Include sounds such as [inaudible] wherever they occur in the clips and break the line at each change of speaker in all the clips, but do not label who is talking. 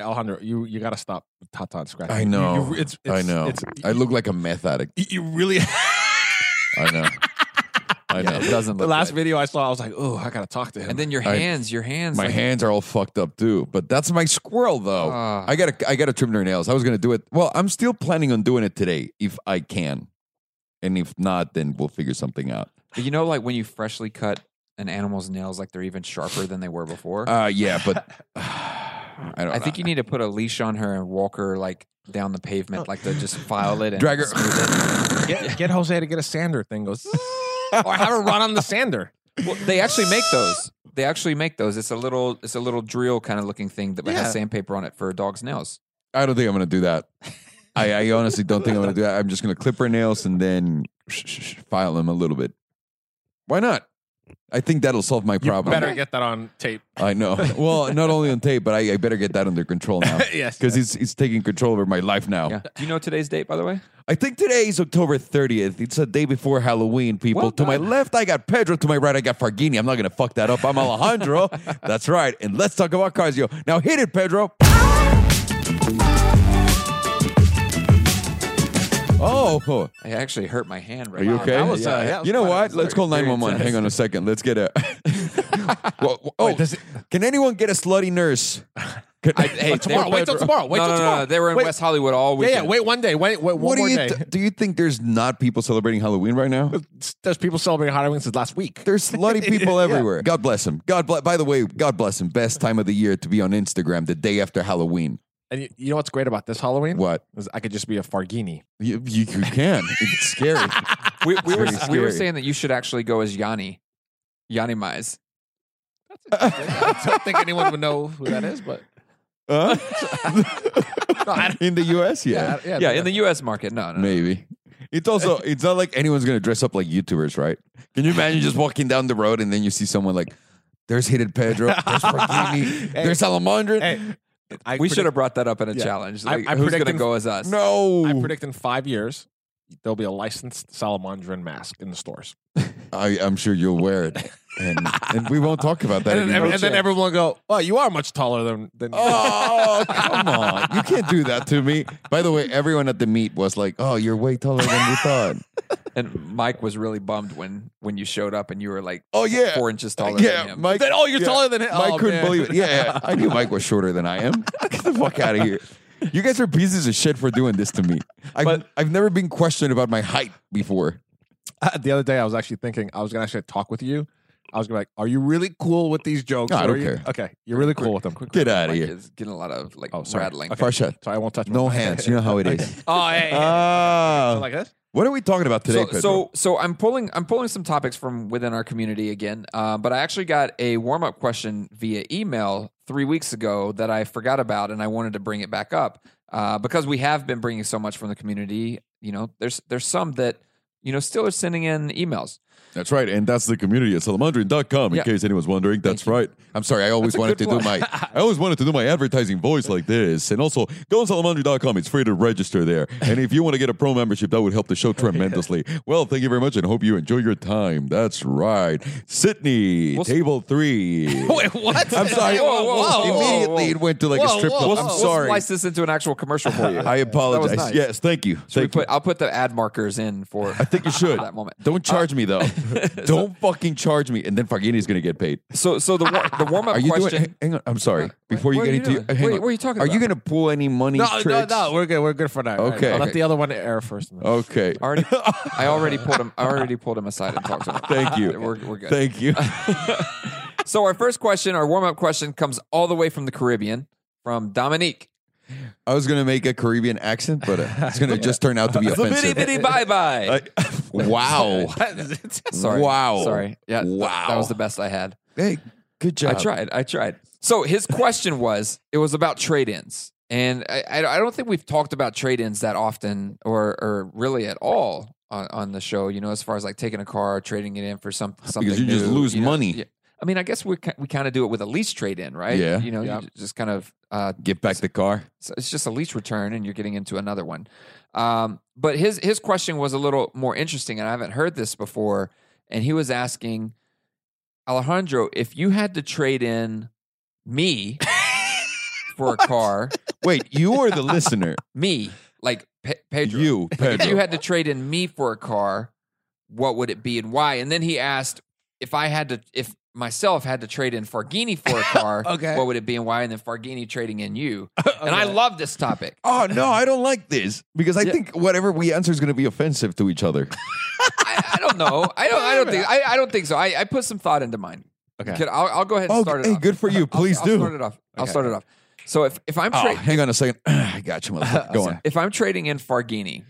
Alejandro, you you got to stop Tata scratching.
I
You- you-
know.
it's,
I
it's-
know.
It's,
I look like a meth addict.
you really. [laughs]
I [laughs] know. I know.
it doesn't
the
look
last
good.
video I saw, I was like, oh, I got to talk to him.
And then your
I-
hands, your hands.
my
like-
hands are all fucked up too. But that's my squirrel though.
Ah.
I gotta I gotta trim their nails. I was gonna do it. Well, I'm still planning on doing it today if I can. And if not, then we'll figure something out.
But you know, like when you freshly cut an animal's nails, like they're even sharper than they were before.
Uh yeah, [laughs] but [sighs] I don't
I think you need to put a leash on her and walk her like down the pavement, like to just file it and
drag her
smooth
get, [laughs] get Jose to get a sander thing. Goes [laughs] or have her run on the sander.
it. [laughs] Well, they actually make those. They actually make those. It's a little, it's a little drill kind of looking thing that
Yeah.
has sandpaper on it for a dog's nails.
[sighs] I don't think I'm gonna do [laughs] that. I, I honestly don't think I'm gonna do that. I'm just gonna clip her nails and then sh- sh- sh- file them a little bit. Why not? I think that'll solve my
You
problem.
better get that on tape.
I
[laughs]
know. Well, not only on tape, but I, I better get that under control now
yes,
because it's it's taking control over my life now.
Yeah. Do you know today's date, by the way?
I think today is October 30th. It's a day before Halloween, people.
Well
to my
done.
left, I got Pedro. To my right, I got Fargini. I'm not going to fuck that up. I'm
[laughs]
Alejandro. That's right. And let's talk about cars, yo. Now hit it, Pedro.
Ah!
Oh, oh.
I actually hurt my hand right
are you
now.
okay?
that was, uh, that was
you know
quite-
what? Let's call 911. Hang on a second.
[laughs]
Let's get a. [laughs] Well, well, oh,
Wait, does it-
can anyone get a slutty nurse? Can- [laughs]
hey,
tomorrow. Wait till
Pedro.
tomorrow. Wait
no,
till
no, no,
tomorrow.
no. They were in
Wait.
West Hollywood all
Yeah,
weekend.
yeah. Wait one day. Wait, wait one
What do
more
you
day.
th- do? You think there's not people celebrating Halloween
[laughs]
right now?
There's people celebrating Halloween since last week.
There's slutty
[laughs]
people
Yeah.
everywhere. God bless him. God bless. By the way, God bless him. Best time of the year to be on Instagram the day after Halloween.
And you, you know what's great about this Halloween?
What?
Is I could just be a
[laughs]
Fargini.
You, you, you can. It's
[laughs]
scary.
we, we, were,
It's very
we were
scary.
saying that you should actually go as Yanni, Yanni Mize.
I don't think anyone would know who that is, but
Huh?
[laughs] No, I-
[laughs] in the U.S., yeah,
yeah,
Yeah, in the U.S. market. No, no, no.
maybe.
[laughs]
It's also. It's not like anyone's gonna dress up like YouTubers, right? Can you imagine just walking down the road and then you see someone like, "There's Hidden Pedro. There's Franchini.
[laughs] Hey.
there's Salamandra."
[laughs] Hey, I
we
predict-
should have brought that up in a
Yeah.
challenge.
I-
Like,
I
who's going to
predicted-
go as us?
No,
I predict in five years there'll be a licensed salamandrin mask in the stores,
I, am sure you'll wear it, and, and we won't talk about that.
and, then,
anymore.
every- and then everyone will go, "Oh, you are much taller than than." [laughs]
Oh, come on. You can't do that to me. By the way, everyone at the meet was like, oh, you're way taller than
[laughs]
we thought.
And Mike was really bummed when when you showed up and you were like
Oh, yeah.
four inches taller than
Yeah,
him.
Mike.
Then, oh, you're
yeah.
taller
[laughs]
than him.
Mike
Oh,
couldn't
man.
believe it. [laughs] Yeah, yeah. I knew Mike was shorter than I am. Get the fuck out of here. You guys are pieces of shit for doing this to me. I've,
But-
I've never been questioned about my height before.
Uh, [laughs] the other day, I was actually thinking I was gonna actually talk with you. I was gonna be like, "Are you really cool with these jokes?"
No, I
or
don't
are you-
care.
Okay, you're really cool with them.
Quick
Get
review,
outta
Mike
here.
is getting a lot of like
Oh, sorry.
rattling.
Okay.
Farshad,
So I won't touch.
no
my-
hands.
[laughs]
You know
[laughs]
how it is.
Oh, hey, hey.
Ah.
like this.
what are we talking about today,
so,
Pedro?
so so I'm pulling I'm pulling some topics from within our community again. Uh, but I actually got a warm up question via email three weeks ago that I forgot about, and I wanted to bring it back up uh, because we have been bringing so much from the community. You know, there's there's some that you know still are sending in emails.
That's right. And that's the community at salamandrian.com in
Yeah.
case anyone's wondering. That's right. I'm sorry. I always
That's a
wanted to
good
do my
[laughs]
I always wanted to do my advertising voice like this. And also go on salamandrian.com. It's free to register there. And if you want to get a pro membership, that would help
[laughs]
the show tremendously. Well, thank you very much and hope you enjoy your time. That's right. Sydney,
What's-
table
[laughs]
three.
Wait, what?
I'm sorry.
Whoa, whoa, whoa, whoa,
Immediately
whoa.
it went to like
Whoa,
a strip
whoa,
club.
whoa.
I'm
We'll
sorry.
We'll slice this into an actual commercial for
[laughs]
you.
I apologize.
nice.
Yes, thank you.
Should we
Thank you.
put? I'll put the ad markers in for.
I think you should.
that moment. Uh,
Don't charge me though. Don't fucking charge me. And then Farghini's gonna get paid.
[laughs] So, so the war- the warm up
Are you [laughs]
question.
doing? Hang on, I'm sorry. Before you
what
get
are you
into,
doing?
hang
What-
on.
what are you talking
Are you
about?
gonna pull any money
No, no,
tricks?
no. We're good. We're good for now.
Okay.
I'll
Okay. Oh.
let the other one air first. and then-
Okay.
I already, I already pulled him. I already pulled him aside and talked to him.
[laughs] Thank you.
We're, we're good.
Thank [laughs] you.
so our first question, our warm up question, comes all the way from the Caribbean, from Dominique.
I was gonna make a Caribbean accent, but uh, it's gonna just turn out to [laughs] be
Bitty
offensive.
[laughs] bitty bye bye.
I- wow.
Sorry.
Wow.
Sorry. Yeah. th-
Wow.
that was the best I had.
[laughs] Hey, good job.
I tried. I tried. So his question was, it was about trade ins, and I, I I don't think we've talked about trade ins that often, or or really at all on, on the show. You know, as far as like taking a car, trading it in for some something.
you just
new,
lose
you know?
money.
Yeah. I mean, I guess we ki- we kind of do it with a lease trade in, right?
Yeah.
You know,
Yeah.
you just kind of uh,
Get back the car.
so it's just a lease return and you're getting into another one. Um, but his his question was a little more interesting, and I haven't heard this before. And he was asking
[laughs]
Alejandro if you had to trade in me for a car.
Wait, you are the listener.
Me, like Pe-
[laughs]
Pedro.
You,
If
[laughs]
you
Pedro.
had to trade in me for a car, what would it be and why? And then he asked if I had to, if myself had to trade in Fargini for a car,
[laughs]
Okay. [laughs]
what would it be and why? And then Fargini trading in you. And I love this topic.
Oh no, I don't like this because I
Yeah.
think whatever we answer is going to be offensive to each other.
I, I don't know. I don't. I don't think. I, I don't think so. I, I put some thought into mine.
Okay.
Could- I'll, I'll go ahead and
Oh,
start it.
hey,
off.
good for you.
I'll-
Please
I'll
do.
start it off. I'll
Okay.
start it off. So if if I'm
Oh,
tra-
hang on a second. [clears throat] I got you, [laughs] motherfucker. Go on.
if I'm trading in Fargini,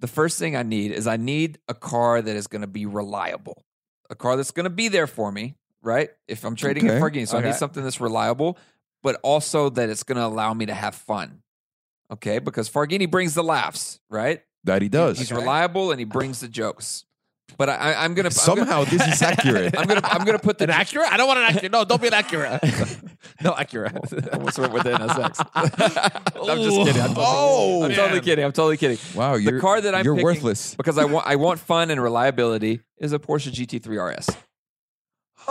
the first thing I need is I need a car that is going to be reliable, a car that's going to be there for me, right? If I'm trading in
Okay.
Fargini, so I need
Okay.
something that's reliable, but also that it's going to allow me to have fun. Okay, because Fargini brings the laughs, right?
That he does.
He's reliable and he brings the jokes. But I, I, I'm gonna
Somehow this [laughs] is accurate.
I'm gonna, I'm gonna I'm gonna put the
An Acura? I don't want an Acura. No, don't be an Acura. [laughs] no Acura.
almost went with the NSX. [laughs] I'm just
Ooh.
kidding. I'm totally,
Oh,
I'm totally
man.
kidding. I'm totally kidding.
wow,
The
you're,
car that I'm
you're
picking-
worthless.
because I want I want fun and reliability is a Porsche GT3 RS.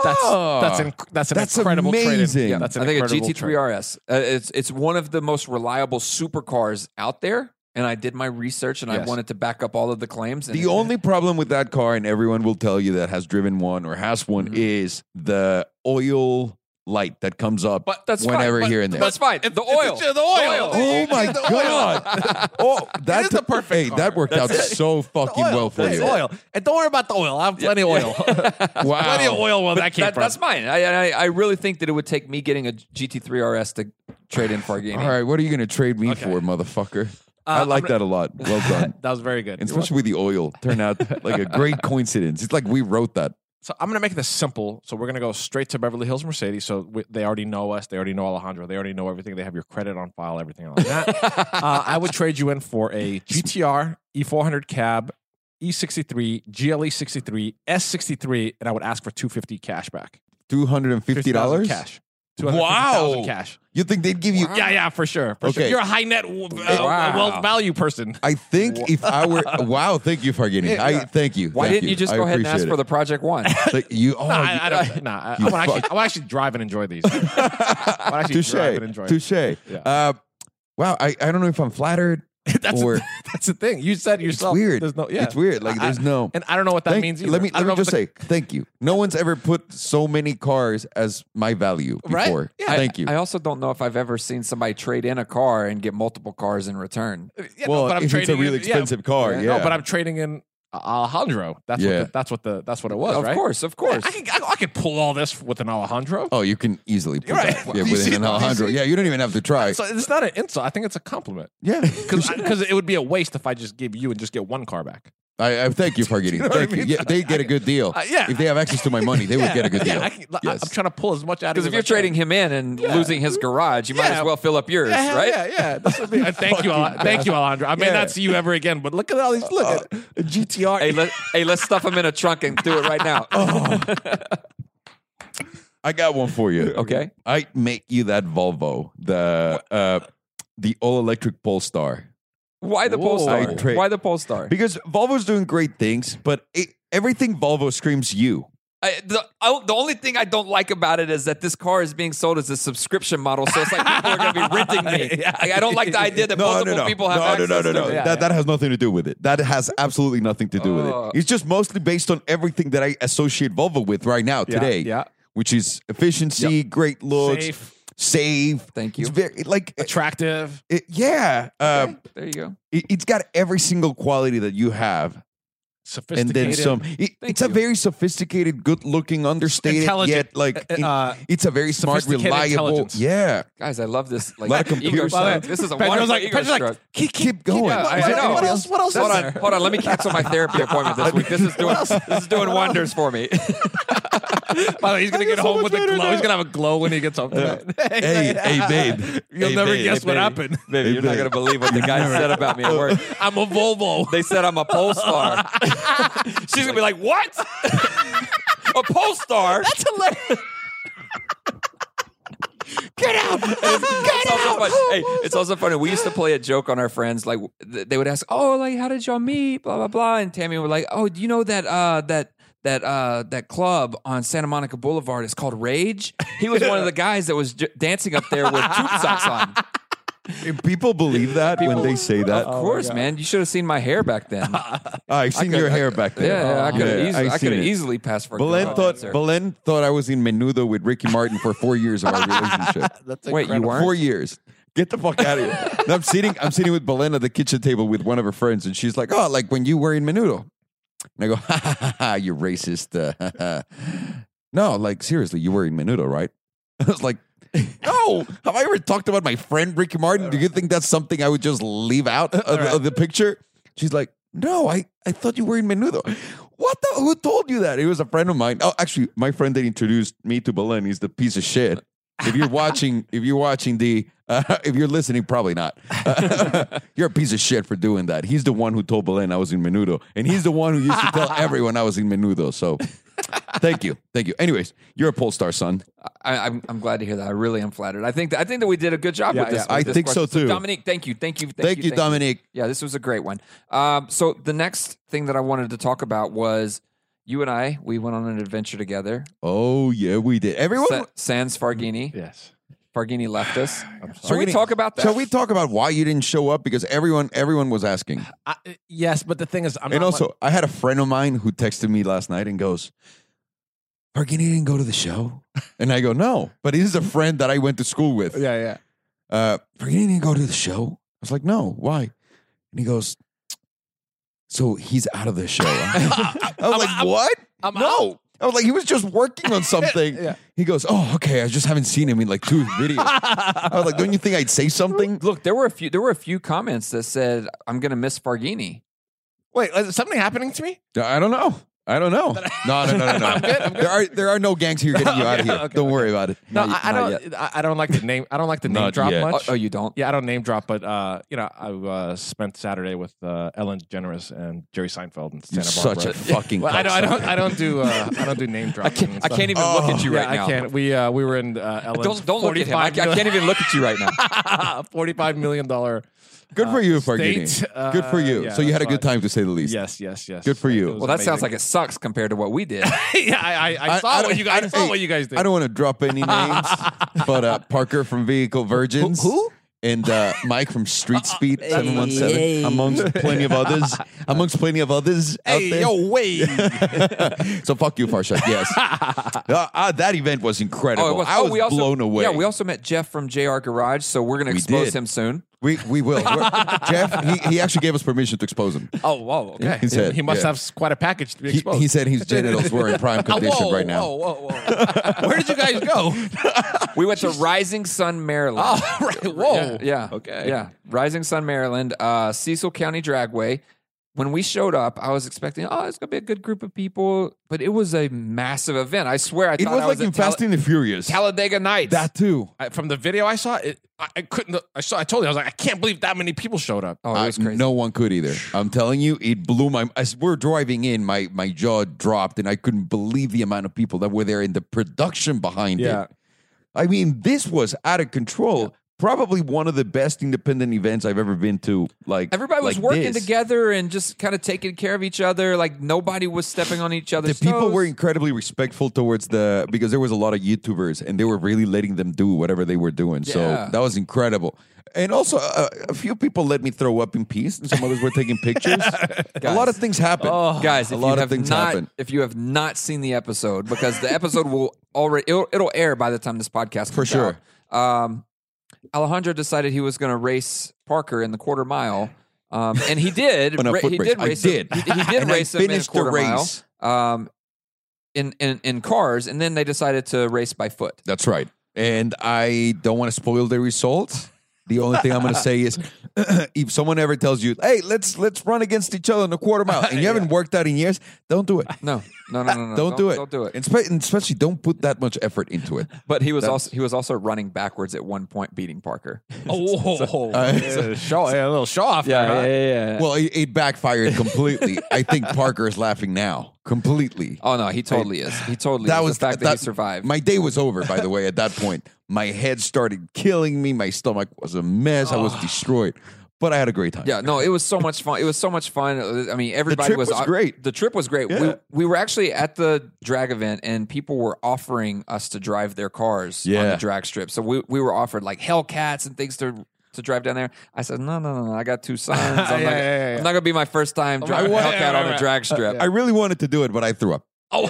That's
Oh.
that's inc- Ah. that's an
That's
incredible trade-in.
amazing.
that's an
I think a
incredible
GT3
trade.
RS. Uh, it's it's one of the most reliable supercars out there, and I did my research and I
Yes.
wanted to back up all of the
[laughs]
claims. And
The only problem with that car, and everyone will tell you that has driven one or has one,
Mm-hmm.
Mhm.
is the oil light that comes up
but that's
whenever
fine.
here and there.
That's fine.
If-
the
if
oil.
it's just the oil.
oh my
It's the oil. [laughs]
god! oh, that
is the perfect
Hey,
car.
that worked out
That's it. The
so fucking
oil.
well for
That's
you.
oil. And don't worry about the oil. I have plenty of oil. [laughs]
Wow.
Plenty of oil where that came
That,
from.
that's mine. I, I I really think that it would take me getting a GT3 RS to trade in Fargini.
All right, what are you going to trade me
Okay.
for, motherfucker? I
Uh,
like
I'm
that a
[laughs]
lot. Well done.
that was very good.
And especially with the oil,
[laughs]
turned out like a great coincidence. It's like we wrote that.
So I'm going to make this simple. So we're going to go straight to Beverly Hills Mercedes. So we, they already know us. They already know Alejandro. They already know everything. They have your credit on file, everything like that. uh, I would trade you in for a GTR E400 E cab, E E63, GLE 63, S63, and I would ask for 250 cash back.
Two hundred and fifty
$50,000
dollars.
cash. $250,000
Wow.
cash.
You think they'd give you?
Wow.
Yeah, yeah, for sure. For sure.
Okay.
You're a high net w- uh,
Wow.
wealth value person.
I think if I were, wow, thank you, Fargini.
Yeah, yeah.
I thank you.
Why
Thank
didn't you just
I
go ahead and ask
appreciate
for
it.
the Project
[laughs]
One?
Like,
[laughs]
you? Oh,
No,
you-
I, I don't. Nah, I, I
You
want to actually,
fuck.
I wanna actually drive and enjoy these. [laughs] I want to actually
[laughs] touche,
drive and enjoy.
touche.
Yeah.
Uh, wow, I, I don't know if I'm flattered
[laughs] That's
or
a, that's the thing. You said
it's
yourself.
weird.
There's no. Yeah.
It's weird. Like
I-
there's no.
And I don't know what that
Thank-
means. Either.
Let me
I don't
let me
know if
just
the-
say thank you. No one's ever put so many cars as my value
[laughs] Right?
before.
Yeah.
Thank you.
I also don't know if I've ever seen somebody trade in a car and get multiple cars in return.
Yeah, no,
well,
but I'm
if it's a
trading
really
in- yeah,
expensive car, yeah.
No, but I'm trading in Alejandro. That's
Yeah.
what the, that's what the that's what it was,
of
right?
course, of course.
I could, I, I could pull all this with an Alejandro.
oh, you can easily put
You're right.
that
Well, [laughs]
yeah,
you
within
see-
an
you
Alejandro.
see-
Yeah, you don't
[laughs]
even have to try.
So it's not an insult. I think it's a compliment [laughs]
yeah,
because it would be a waste if I just give you and just get one car back.
I, I thank you, Fargini.
know what I
thank you.
mean?
Yeah, they get a good deal.
Uh, yeah.
if they have access to my money, they would get a
[laughs]
good
yeah,
deal.
I can,
Yes.
I, am trying to pull as much out of
Because
you
if
as
you're
I can.
trading him in and
Yeah.
losing his garage, you might
Yeah.
as well fill up yours,
Yeah, hell
right?
Yeah, yeah. That's what I mean. And thank you, Ale- thank you, Alejandro. I may
Yeah.
not see you ever again, but look at all these. Look, at a GTR.
Hey, let, hey, let's stuff him in a trunk and do it right now.
[laughs] Oh.
I got one for you.
Okay.
I make you that Volvo, the uh, the all electric Polestar,
Why the
Whoa.
Polestar?
I trade-
Why the Polestar?
because Volvo's doing great things, but it, everything Volvo screams you.
I, the, I, the only thing I don't like about it is that this car is being sold as a subscription model, so it's like people are going to be renting me.
[laughs] Yeah.
Like, I don't like the idea that multiple people
[laughs]
have
no,
access
no, no, no,
to
no.
it.
Yeah,
that
yeah.
that has nothing to do with it. That has absolutely nothing to do with
Oh.
it. It's just mostly based on everything that I associate Volvo with right now
Yeah,
today.
yeah.
which is efficiency, great looks,
Safe.
safe.
Thank
It's
you.
very like it,
attractive.
it- yeah. Uh,
There you go.
it, it's got every single quality that you have. and
sophisticated,
then some. It-
Thank
it's a
you.
very sophisticated, good-looking, understated,
Intelligent.
yet like
Uh,
in-
uh,
it's a very smart,
sophisticated
reliable.
intelligence.
Yeah,
Guys, I love this. Like,
Lot of
ego
computers.
stroke. This is a
Pedro's
wonderful
like-
ego
Pedro's like,
stroke.
keep going.
yeah, I
Is there
know.
anything
What
I
else? What else
hold
is
on,
there?
hold on. Let me cancel my therapy appointment this week. This is [laughs] doing this is doing wonders for [laughs] me.
By the way, he's gonna
I feel
get
so
home
much
with a
better
glow. He's
now.
gonna have a glow when he gets home tonight.
Hey, hey, babe.
You'll
Hey,
never
babe.
guess
Hey,
what
babe.
happened.
Baby, you're not gonna believe what the guy said about me at work.
I'm a Volvo.
They said I'm a pole star. She's gonna be like, "What? a pole star?" [laughs] That's hilarious. Get out! Get it's out! Also funny. Hey, it's also funny. We used to play a joke on our friends. Like th- they would ask, "Oh, like how did y'all meet?" Blah blah blah. And Tammy would like, "Oh, do you know that uh, that that uh, that club on Santa Monica Boulevard is called Rage. He was one of the guys that was j- dancing up there with tube socks on.
If people believe that when they say that.
Of course, man. You should have seen my hair
[laughs]
back then. yeah,
I've seen your hair back there.
yeah, I could have
Oh, Yeah,
easily,
I've
I could
seen
have
it.
easily passed for a
Belen
club
thought
dancer.
Belen thought I was in Menudo with Ricky Martin for four years of our relationship.
That's
Wait, you weren't?
Four years. Get the fuck out of
[laughs]
here. And I'm sitting I'm sitting with Belen at the kitchen table with one of her friends, and she's like, Oh, like when you were in Menudo. And I go, [laughs] ha ha ha, ha you racist. Uh, [laughs] no, like seriously, you were in Menudo, right? [laughs] I was like, No, have I ever talked about my friend Ricky Martin? Do you think that's something I would just leave out of,
All right.
of the picture? She's like, No, I, I thought you were in Menudo. What the? Who told you that? It was a friend of mine. Oh, actually, my friend that introduced me to Belen is the piece of shit. If you're watching, if you're watching the, uh, if you're listening, probably not. you're a piece of shit for doing that. He's the one who told Belen I was in Menudo, and he's the one who used to tell everyone I was in Menudo. So, thank you, thank you. Anyways, you're a pole star, son.
I, I'm, I'm glad to hear that. I really am flattered. I think that, I think that we did a good job
Yeah,
with this.
yeah.
with
I
this
think so,
question.
too.
Dominique, thank you, thank you, thank,
Thank, you,
thank
Dominic.
Yeah, this was a great one. Um, so the next thing that I wanted to talk about was you and I. We went on an adventure together.
Oh yeah, we did. Everyone,
Sa- Sans Farghini.
Yes.
Farghini
[sighs]
left us.
sorry.
Should we
Farghini-
talk about that?
Shall we talk about why you didn't show up? Because everyone, everyone was asking.
I, yes, but the thing is, I'm
and
not
also, I had a friend of mine who texted me last night and goes, "Pargini didn't go to the show," and I go, "No," but he's a friend that I went to school with.
like- yeah, yeah.
Uh, Pargini didn't go to the show. I was like, "No, why?" And he goes, "So he's out of the show."
[laughs]
I was like, "What?"
I'm
no. I was like, he was just working on something.
Yeah.
He goes, "Oh, okay. I just haven't seen him in like two videos."
[laughs]
I was like, "Don't you think I'd say something?"
Look, there were a few. There were a few comments that said, "I'm going to miss Farghini."
Wait, is something happening to me?
I don't know. I don't know. No, no, no,
[laughs]
no, no. There are there are no gangs here getting you out of here.
okay,
don't worry about it.
No,
Not
I, I
yet- not yet.
don't. I, I don't like the name. I don't like the name
Not
drop
yet.
Oh,
much.
oh, you don't.
yeah, I don't name drop, but uh, you know, I uh, spent Saturday with uh, Ellen DeGeneres and Jerry Seinfeld in
You're
Santa
such
Barbara.
a fucking.
well, I don't. I
cocksucker.
don't. I don't do. Uh, I don't do name dropping.
[laughs] I can't.
and
I
stuff.
can't even look
Oh.
at you
Yeah,
right now.
I can't. We uh, we were in uh, Ellen's
Don't don't look at him. I, I
45 million
can't even look at you right now.
Forty-five [laughs] million dollar.
Good for you, Farghini.
state, uh,
Good for you.
yeah,
so you had a
that's
good time to say the least.
Yes, yes, yes.
Good for you.
It was
Well, that sounds like
amazing.
it sucks compared to what we did.
[laughs] yeah, I, I, I saw
I
what
don't-
you guys. I,
I-
saw
hey,
what you guys did.
I don't want to
[laughs]
drop any names, but uh, Parker from Vehicle Virgins.
who?
And uh, Mike
[laughs]
from Street Speed 717, amongst plenty of others, amongst plenty of others out there.
[laughs] wait.
[laughs] so fuck you, Farshad.
[laughs]
Yes, Uh, uh, that event was incredible.
Oh, it was-
I was
we also-
blown away.
Yeah, we also met Jeff from JR Garage, so we're going to expose
did.
him soon.
we, we will.
[laughs]
We're- Jeff, he, he actually gave us permission to expose him.
Oh, whoa. Okay.
He said,
he must
yeah.
have s- quite a package to be
He,
exposed.
he said his genitals were in
[laughs]
prime
Oh,
condition right now.
Whoa, whoa, whoa. Where did you guys go?
We went to Rising Sun, Maryland.
oh, right. [laughs] Whoa.
Yeah.
Okay.
Yeah. Rising Sun, Maryland, uh, Cecil County Dragway. When we showed up, I was expecting, oh, it's going to be a good group of people, but it was a massive event. I swear, I
It
thought
was
I
like
was
in
at Tal-
Fast and the Furious.
Talladega Nights.
that too.
I, from the video I saw, it, I, I couldn't. I saw. I told you, I was like, I can't believe that many people showed up. [laughs]
oh, it was
I-
crazy.
No one could
[sighs]
either. I'm telling you, it blew my. As we're driving in, my my jaw dropped, and I couldn't believe the amount of people that were there and the production behind
Yeah.
it. I mean, this was out of control. Probably one of the best independent events I've ever been to. Like
Everybody was
like
working
this.
together and just kind of taking care of each other. Like nobody was stepping on each
The
other's
people
toes.
were incredibly respectful towards the because there was a lot of YouTubers and they were really letting them do whatever they were doing.
Yeah.
So that was incredible. And also, uh, a few people let me throw up in peace, and some others were taking
[laughs]
pictures. a lot of things happen,
[sighs] Oh, guys
A
if
lot
you
of
have
things
not,
happen.
if you have not seen the episode because the episode will [laughs] already it'll, it'll air by the time this podcast comes
For sure.
out. um alejandro decided he was going to race parker in the quarter mile um and he
[laughs]
did
On a
ra-
foot
he
race.
did
I
race him-
did.
he,
[laughs]
he did
And I
race him in a
finished the
quarter
race.
mile um in, in in cars and then they decided to race by foot
That's right. And I don't want to spoil the results. The only thing I'm going to say is, [clears throat] if someone ever tells you, "Hey, let's let's run against each other in a quarter mile," and
[laughs]
you haven't worked out in years, don't do it.
no no [laughs] no no,
[laughs]
no.
Don't, do it.
don't do it
And spe- and especially don't put that much effort into it.
but he was also he was also running backwards at one point beating parker
Oh,
[laughs] uh,
[laughs] yeah, show yeah, a little show off. there, huh?
yeah
Well, it, it
[laughs]
backfired completely. I think Parker is laughing now. Completely.
Oh no, he totally is. He totally
That
is.
was
the fact that,
that-
he survived.
My day was over, by the way, at that point. My head started killing me. My stomach was a mess. I was destroyed. but I had a great time.
Ah. Yeah, no, it was so much fun. It was so much fun. I mean, everybody
trip
was,
was great.
The trip was great.
Yeah.
We, we were actually at the drag event, and people were offering us to drive their cars on
Yeah.
the drag strip. So we, we were offered like Hellcats and things to to drive down there. I said, no, no, no, no. I
[laughs]
got
[laughs]
two sons. I'm,
Yeah,
not, gonna-
yeah, yeah, yeah.
I'm not gonna be my first time driving
right,
Hellcat
right,
on a
right.
drag strip.
I really wanted to do it, but I
[laughs]
threw up.
[laughs]
Oh,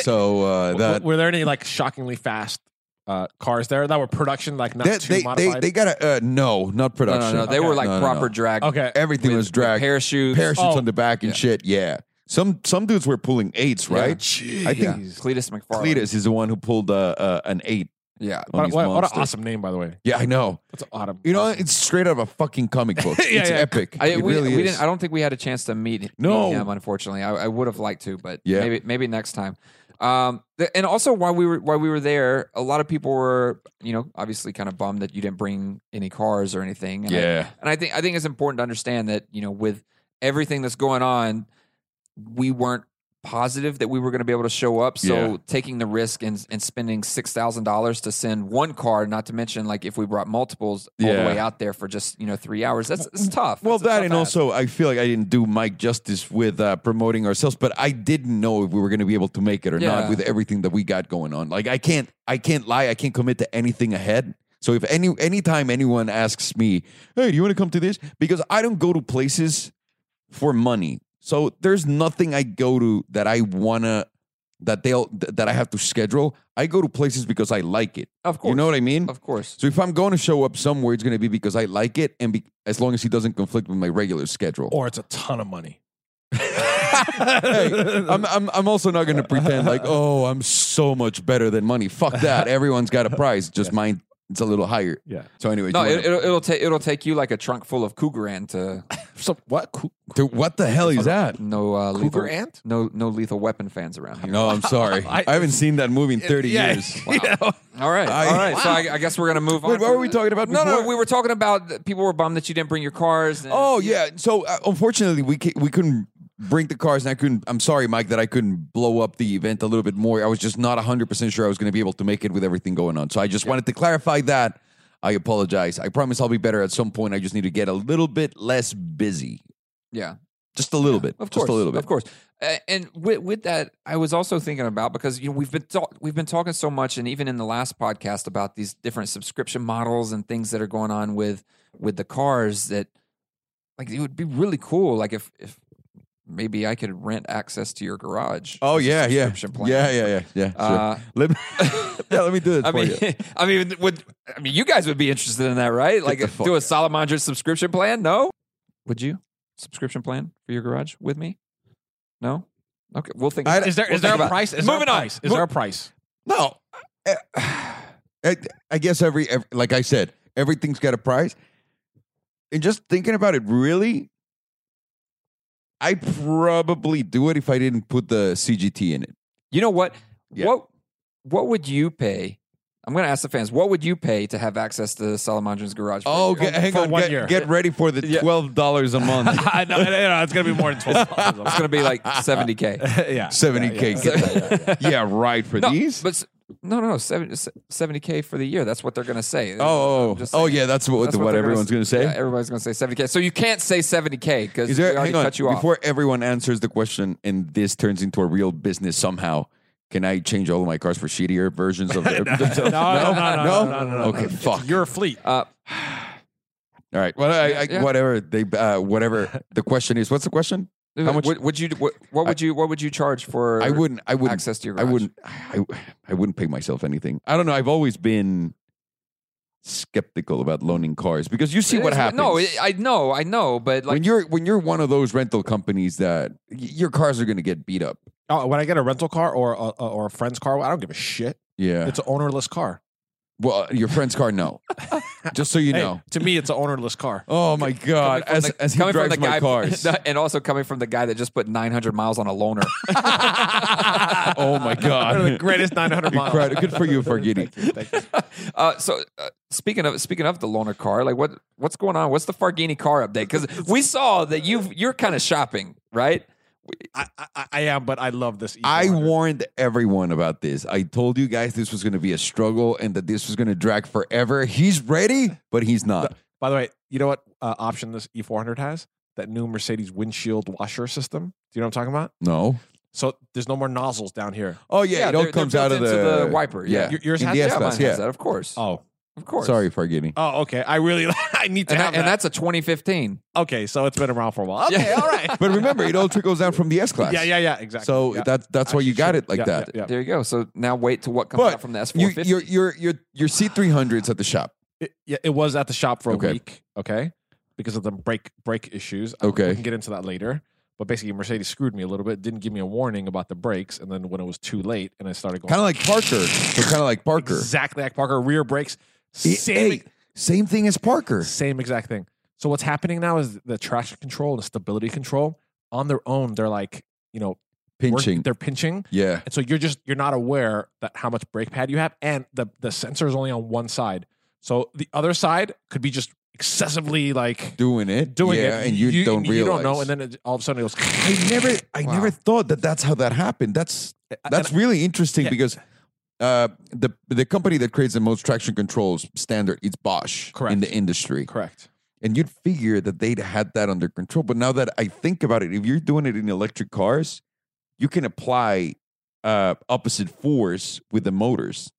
So uh, that
were there any like shockingly fast uh, cars there that were production like not
that
too
they, they
modified?
they got a uh, no, not
no,
production.
no, no. They were like
No, no, no.
proper drag.
okay.
Everything
with-
was
with
drag
parachutes.
parachutes
Oh.
on the back and
Yeah.
shit. Yeah, some some dudes were pulling eights,
Yeah.
right? I think
Jeez.
Cletus McFarlane.
Cletus is the one who pulled uh, uh, an eight.
Yeah.
on
What,
these
what, what an
monsters.
awesome name, by the way.
Yeah, I know.
That's an awesome.
You know, it's straight out of a fucking comic
[laughs]
book.
Yeah,
it's
yeah.
epic.
I,
it
we,
really
we
is.
didn't. I don't think we had a chance to meet,
No.
meet him. Unfortunately, I, I would have liked to, but
Yeah.
maybe maybe next time. Um, th- and also while we were while we were there, a lot of people were, you know, obviously kind of bummed that you didn't bring any cars or anything. And I-
yeah.
and I think I think it's important to understand that you know with everything that's going on, we weren't positive that we were going to be able to show up. So
Yeah.
taking the risk and and spending six thousand dollars to send one car, not to mention like if we brought multiples all the
Yeah.
way out there for just you know three hours, that's it's tough.
Well,
It's a
that
tough
and
ask.
also, I feel like I didn't do Mike justice with uh, promoting ourselves, but I didn't know if we were going to be able to make it or
Yeah.
not with everything that we got going on. Like, I can't, I can't lie, I can't commit to anything ahead. So if any anytime anyone asks me, "Hey, do you want to come to this?" because I don't go to places for money. So there's nothing I go to that I wanna that they'll th- that I have to schedule. I go to places because I like it.
of course
You know what I mean?
Of course.
So if I'm going to show up somewhere, it's going to be because I like it, and be, as long as he doesn't conflict with my regular schedule.
or it's a ton of [laughs] money.
Hey, I'm, I'm I'm also not going to pretend
[laughs]
like oh I'm so much better than money. Fuck that. Everyone's got a
[laughs]
price, just mine. It's a little higher.
Yeah.
So anyway,
No,
do you
it,
wanna-
it'll, it'll take it'll take you like a trunk full of cougar ant
[laughs]
to
[laughs] So what? Cou-
Dude, what the hell is
[laughs]
that?
no uh,
Cougar
lethal,
ant?
no no lethal weapon fans around here.
No, I'm sorry.
I-
I, haven't seen that movie in
[laughs]
30
Yeah.
years.
You know?
All right,
I-
all right. So I, I guess we're gonna move on.
Wait, what
from
were we
the-
talking about?
No, no,
before?
we were talking about that people were bummed that you didn't bring your cars. And,
Oh yeah. So uh, unfortunately, we ca- we couldn't bring the cars, and I couldn't. I'm sorry, Mike, that I couldn't blow up the event a little bit more. I was just not 100 percent sure I was going to be able to make it with everything going on. So I just wanted to clarify that. I apologize. I promise I'll be better at some point. I just need to get a little bit less busy,
yeah,
just a little bit,
of course,
just a little bit.
of course. Uh, and with, with that, I was also thinking about because you know we've been talk we've been talking so much, and even in the last podcast about these different subscription models and things that are going on with with the cars that like it would be really cool, like if if maybe I could rent access to your garage.
Oh yeah, yeah,
Subscription plan.
yeah, yeah, yeah, yeah. sure.
Uh,
let me, [laughs] yeah, let me
[laughs]
do it
I
for
mean,
you.
I mean, would I mean you guys would be interested in that, right? Like, uh,
the fuck
do a Salamandra subscription plan? No, would you subscription plan for your garage with me? No, okay, we'll think.
I-
about it.
Is there
We'll
is there
think
a
about it.
price? Is
Moving
there
on.
a price? Is there a price?
No, [sighs] I, I, eh, I guess every, ev like I said, everything's got a price. And just thinking about it, really, I probably do it if I didn't put the CGT in it.
You know what?
Yeah.
What what would you pay? I'm going to ask the fans. What would you pay to have access to Salamandra's garage? for
Oh,
you?
get, hang
for
on,
one
get,
year.
get ready for the
Yeah.
twelve dollars a month,
[laughs] I know, it's gonna be more than twelve. [laughs]
it's going to
[laughs]
be like 70k.
yeah,
seventy k.
Yeah,
Yeah, right for
no,
these.
but s- no, no, no, 70, 70k for the year. That's what they're going to say.
oh,
I'm
oh,
just
oh,
saying.
yeah, that's what,
That's
what,
they're
everyone's going to say.
Yeah, everybody's going to say 70k. So you can't say 70k because
Is
we
there?
already
Hang on.
cut you off.
Before everyone answers the question, and this turns into a real business somehow, can I change all of my cars for shittier versions
[laughs]
of their-
[laughs]
themselves?
No, no, no, no, no, no, no,
Okay, fuck.
You're a fleet.
uh,
all right. Well, I, I,
Yeah.
whatever they, uh, whatever the question is. What's the question? How much-
Would, would you? What, what would you? What would you charge for?
I wouldn't. I wouldn't.
access to your.
I
Garage?
wouldn't. I, I wouldn't pay myself anything. I don't know. I've always been skeptical about loaning cars because you see
It
what
is-
happens.
No, it- I know, I know, but like
when you're when you're one of those rental companies that y- your cars are going to get beat up.
Oh, when I get a rental car or a, or a friend's car, I don't give a shit.
Yeah.
It's an ownerless car.
well, uh, your friend's car, no. Just so you
Hey,
know.
to me, it's an ownerless [laughs] car.
Oh my god!
coming from
As
the-
as he
coming from
drives
the
my
guy- [laughs]
cars.
and also coming from the guy that just put 900 miles on
[laughs]
a loaner.
oh my
One of the
god!
greatest 900 miles. [laughs]
Incredible. Good for you, Fargiti.
Thank you.
Uh, so uh, speaking of speaking of the loaner car, like what what's going on? What's the Fargini car update? Because we saw that you you're kind of shopping, right?
I, I, I am, but I love this. E E400.
I warned everyone about this. I told you guys this was going to be a struggle and that this was going to drag forever. He's ready, but he's not.
By the way, You know what uh, option this E400 has? That new Mercedes windshield washer system. Do you know what I'm talking about?
No.
So there's no more nozzles down here.
Oh yeah, it all
they're-
comes
they're
out
built
of
into
the,
wiper.
yeah.
Yeah,
Y- yours
In
has
the
that?
yeah, mine
Espas, yeah.
has that. Of course,
Oh,
of course.
Sorry, Fargini.
oh, okay. I really, [laughs] I need to
and,
have
that- and
that.
that's a 2015.
Okay, so it's been around for a while. Okay,
Yeah.
all
[laughs]
right.
But remember, it all trickles down from the S class.
yeah, yeah, yeah, exactly.
So
yeah.
that that's why you
Actually,
got
sure.
it like
Yeah,
that.
yeah, yeah.
There you go. So now wait to what comes
But
out from the
You,
S450.
your your your your C three hundreds at the shop.
It, yeah, it was at the shop for a
Okay.
week, okay, because of the brake brake issues. I-
Okay.
we can get into that later. But basically, Mercedes screwed me a little bit. Didn't give me a warning about the brakes, and then when it was too late, and I started going
Kind of like Parker. So kind of like Parker. E-
exactly like Parker rear brakes.
Hey,
Same, e-
hey, same thing as Parker.
same exact thing. So what's happening now is the traction control and the stability control on their own. They're like you know work-
Pinching.
they're pinching,
Yeah.
And so you're just you're not aware that how much brake pad you have, and the the sensor is only on one side. So the other side could be just excessively like
Doing it.
doing
yeah,
it,
and you, don't
you don't
realize.
know, and then it, all of a sudden it goes. [laughs]
I never I
Wow.
never thought that that's how that happened. That's that's really interesting
Yeah.
because uh, the the company that creates the most traction controls standard is Bosch in
Correct.
the industry.
correct.
And you'd figure that they'd had that under control. But now that I think about it, if you're doing it in electric cars, you can apply uh, opposite force with the motors.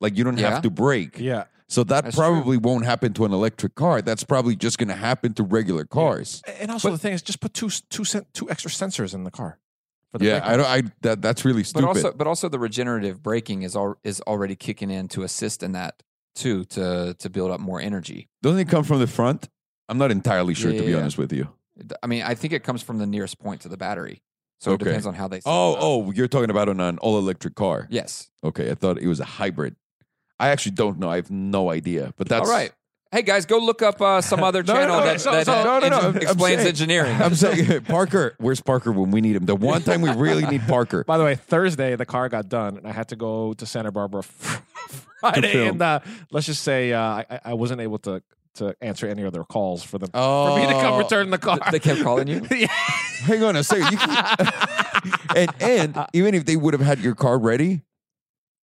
Like you don't
Yeah.
have to brake.
Yeah,
So that
That's true.
probably won't happen to an electric car. That's probably just going to happen to regular cars.
and also the thing is, just put two s- two sen- two extra sensors in the car. For
Yeah,
brake
I don't. I that, that's really
but
stupid.
also, but also the regenerative braking is al- is already kicking in to assist in that too to to build up more energy.
Doesn't it come from the front? I'm not entirely sure,
Yeah,
to be
yeah, yeah.
honest with you.
It- I mean, I think it comes from the nearest point to the battery. So
Okay.
it depends on how they. set
Oh,
uh,
it up.
oh, you're talking about on an all electric car.
yes.
Okay, I thought it was a hybrid. I actually don't know. I have no idea. But that's
All right. Hey guys, go look up uh,
[laughs]
some other
No,
channel
no,
that,
so-
that
so-
no, no, no,
engin-
I'm- I'm [laughs]
explains
saying-
engineering.
[laughs] I'm saying [laughs] Parker. Where's Parker when we need him? The one time we really need
[laughs]
Parker.
By the way, Thursday the car got done, and I had to go to Santa Barbara [laughs] Friday,
film.
and uh, let's just say uh, I, I wasn't able to to answer any other calls for them
Oh,
for me to come return the car.
[laughs] they kept calling you.
[laughs] yeah.
Hang on a second. You can-
[laughs]
[laughs] and and
Uh,
even if they would have had your car ready,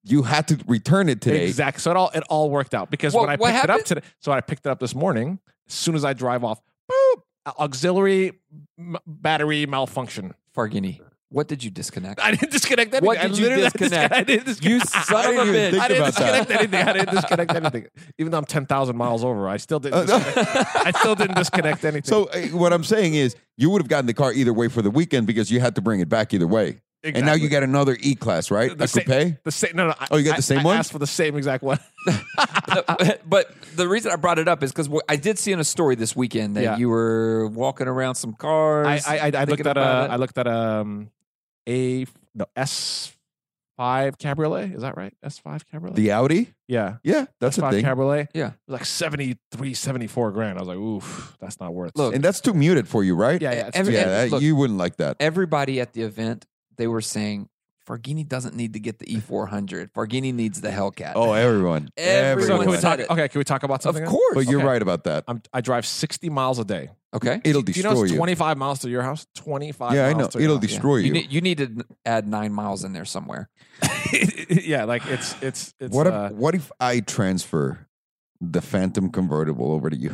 you had to return it today.
Exactly. So it all it all worked out because
Well,
when I
what
picked it
happened-
up today, so when I picked it up this morning. As soon as I drive off, boop, auxiliary m- battery malfunction. [laughs]
Fargini, what did you disconnect?
I didn't disconnect anything.
What
I
did you
literally [laughs]
disconnect?
I didn't
You
disconnect.
son
didn't
of a
even
bitch.
think
I didn't
about that.
disconnect anything. I didn't disconnect anything. Even though I'm ten thousand miles over, I still didn't.
Uh, no.
disconnect.
[laughs]
I still didn't disconnect anything.
So uh, what I'm saying is, you would have gotten the car either way for the weekend because you had to bring it back either way. And now you got another E class, right?
The
a
same-
coupe.
the same. No, no. I-
Oh, you got
I-
the same
I
one?
Asked for the same exact one.
[laughs] but the reason I brought it up is because I did see in a story this weekend that
Yeah.
you were walking around some cars.
I I, I, I looked
thinking
at a
about it.
I looked at um a no S five cabriolet. Is that right? S five cabriolet.
The Audi.
yeah,
Yeah, that's a
five
thing.
cabriolet.
Yeah.
it was like 73, 74 grand. I was like, oof, that's not worth.
Look,
it.
and that's too muted for you, right?
yeah, yeah. it's
every-
too-
yeah.
and
that-
look-
you wouldn't like that.
everybody at the event they were saying Fargini doesn't need to get the E400. Fargini needs the Hellcat.
Eh.
[laughs]
Oh, everyone.
Everyone
So
everyone.
can we
said
talk?
it.
Okay, can we talk about
of
something? else?
course.
But you're
Okay.
right about that.
I'm, I drive sixty miles a day.
okay.
It'll
Do you
destroy
know it's
you.
twenty five miles to your house? Twenty five.
yeah, I
miles
know.
To your
It'll
house.
destroy
You
you.
need, you need to add nine miles in there somewhere.
[laughs] yeah, like it's it's it's.
what, if,
uh,
what if I transfer the Phantom convertible over
[laughs]
to you?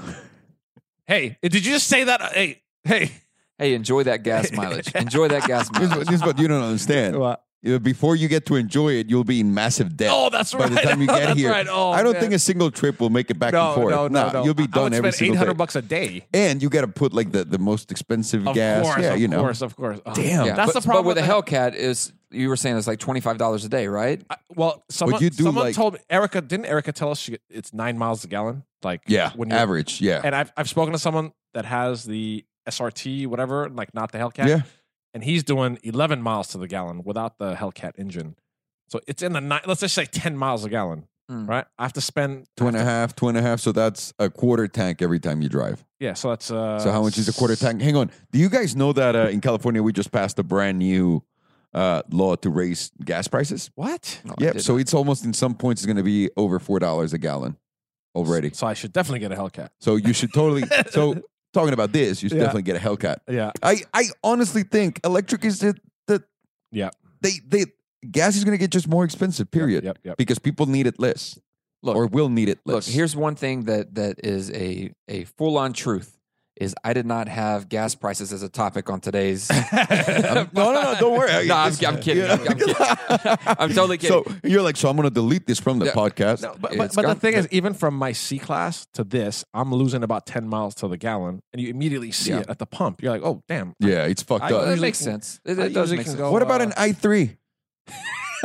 hey, did you just say that? Uh, Hey,
[laughs]
hey.
Hey, enjoy that gas mileage. Enjoy that gas
this, is what,
mileage.
this is what you don't understand.
What?
You know, Before you get to enjoy it, you'll be in massive debt.
[laughs] Oh, that's
by
right.
the
[laughs]
time you get
That's
here,
right. Oh,
I don't
man.
think a single trip will make it back and forth.
No, no, no.
you'll be
I- I
done
would
every
spend
single
eight hundred
day.
bucks a day.
And you got to put like the, the most expensive
Of
gas.
course,
yeah,
of
you know.
course, of course. Oh.
Damn.
Yeah,
That's
but-
the problem
But with
with
a Hellcat is you were saying it's like twenty five dollars a day, right?
I- well, someone,
you do
someone
like-
told me, Erica didn't Erica tell us she, it's nine miles a gallon? Like
Yeah,
when you
average. Yeah,
and I've I've spoken to someone that has the SRT whatever, like not the Hellcat,
yeah.
and he's doing eleven miles to the gallon without the Hellcat engine. So it's in the nine. Let's just say ten miles a gallon,
Mm.
right? I have to spend
Two and a
I have to-
half, two and a half. So that's a quarter tank every time you drive.
Yeah, so that's uh,
so how much is a quarter tank? Hang on. Do you guys know that uh, in California we just passed a brand new uh, law to raise gas prices?
What?
No, I
Yep.
didn't.
So it's almost in some points it's going to be over four dollars a gallon
[laughs]
already.
So I should definitely get a Hellcat.
So you should totally.
[laughs]
so talking about this, you should
Yeah.
definitely get a Hellcat.
Yeah,
I I honestly think electric is the, the
Yeah.
They they gas is going to get just more expensive. Period. [laughs]
Yep, yep.
Because people need it less.
Look,
or will need it less.
Look, here's one thing that that is a a full on truth is I did not have gas prices as a topic on
[laughs]
today's. [laughs]
no, no, no. Don't [laughs] worry.
[laughs] No, I'm- I'm kidding. I'm-
[laughs]
I'm kidding. I'm totally kidding.
So you're like, so I'm going to delete this from the
Yeah.
podcast.
No, but, but,
It's
but the
gone.
thing is, even from my C class to this, I'm losing about 10 miles to the gallon, and you immediately see
Yeah.
it at the pump. You're like, oh,
[laughs]
damn.
Yeah, it's fucked
I-
Well,
up.
that makes sense. It,
I
it does
usually
make
can
sense.
go-
What about an i3?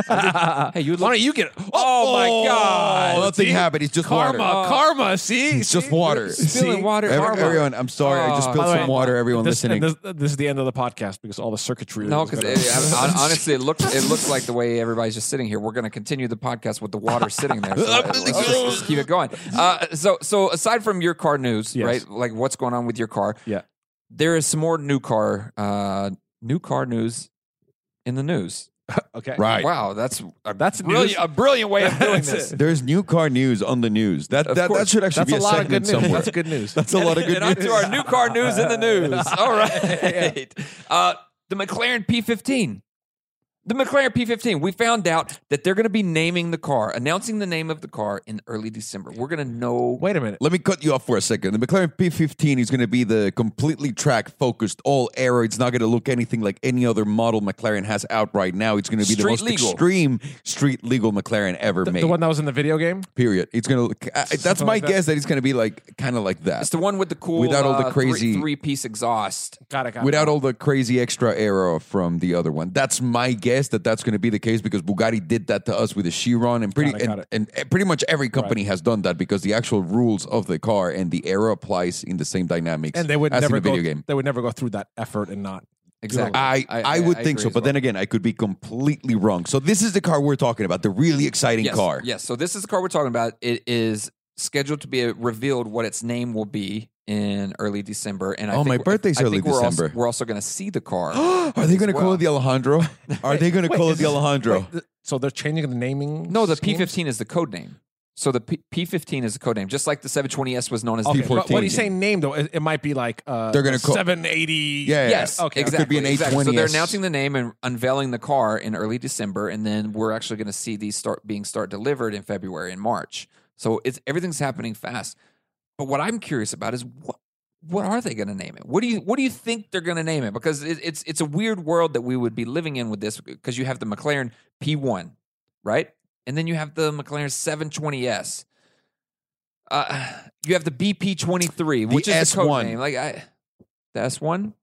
hey, you Why don't you get Oh,
Oh, my God.
Nothing
See?
Oh, happened. It's just
Karma,
water.
Oh.
karma. See?
[laughs] It's just
See?
water.
Spilling
See?
water.
Ev-
karma.
everyone, I'm sorry. I just
Oh.
spilled
By the
some
way,
water. Everyone
This, and
listening. eh,
this, this is the end of the podcast because all the circuitry.
No,
is
because
gonna-
honestly, it looked it looked like the way everybody's just sitting here. We're going to continue the podcast with the water sitting there. So
[laughs]
let's just, let's keep it going. Uh, so, so aside from your car news,
Yes.
right? Like what's going on with your car?
Yeah.
there is some more new car, uh, new car news in the news.
[laughs] okay.
right.
Wow, that's a
That's
brilliant,
news.
a brilliant way
[laughs]
of doing
That's
this.
There's new car news on the news. That
Of
that, that
course.
should actually
That's a
be a,
lot of good
segment
news.
somewhere.
That's good news.
[laughs] That's a lot of good
and on
news.
to our new car news in
[laughs]
the news.
[laughs]
All right. Uh, the McLaren P15. The McLaren P15. We found out that they're going to be naming the car, announcing the name of the car in early December. We're going to know.
Wait a minute.
Let me cut you off for a second. The McLaren P15 is going to be the completely track focused, all aero. It's not going to look anything like any other model McLaren has out right now. It's going to be the
Street
most
legal.
extreme street legal McLaren ever
The,
made.
the one that was in the video game?
period. It's going to look. I, that's
Something
my
like that.
guess that it's going to be like kind of like
It's
that,
the one with the cool
Without all the
uh,
crazy-
three, piece exhaust.
Got it. Got
without
it.
all the crazy extra aero from the other one. That's my guess that that's going to be the case because Bugatti did that to us with the Chiron, and pretty
Got it, got
and, and, and pretty much every company has done that because the actual rules of the car and the aero applies in the same dynamics
and they would
as
never
in the video
go,
game.
They would never go through that effort and not.
Exactly.
I, I, would think
agree
so,
as
but
well.
then again, I could be completely wrong. So this is the car we're talking about, the really exciting
yes,
car.
Yes. So this is the car we're talking about. It is scheduled to be uh, revealed what its name will be in early December. And I
Oh,
think
my
we're-
birthday's
I
early
think we're also-
December.
we're also going to see
[gasps]
the car.
[gasps] Are they going to call
well.
it the
[laughs]
Alejandro? Are they going to
Wait,
call it
is
the
this-
Alejandro?
Wait, th- so they're changing the naming.
No, the
scheme?
P15 is the code name. So the P- P15 is the code name, just like the 720S was known as
Okay,
the
but
P14.
What he's saying, name though, it, it might be like uh,
They're gonna call-
780.
Yeah,
Yes,
Okay,
okay,
it
exactly.
could be an
exactly. So they're
820S.
announcing the name and unveiling the car in early December, and then we're actually going to see these start being start delivered in February and March. So it's everything's happening fast. But what I'm curious about is what what are they going to name it? What do you what do you think they're going to name it? Because it, it's it's a weird world that we would be living in with this because you have the McLaren P1, right? And then you have the McLaren 720S. Uh, you have the BP23,
The
which is the code
S1.
name. Like I, the S1. Think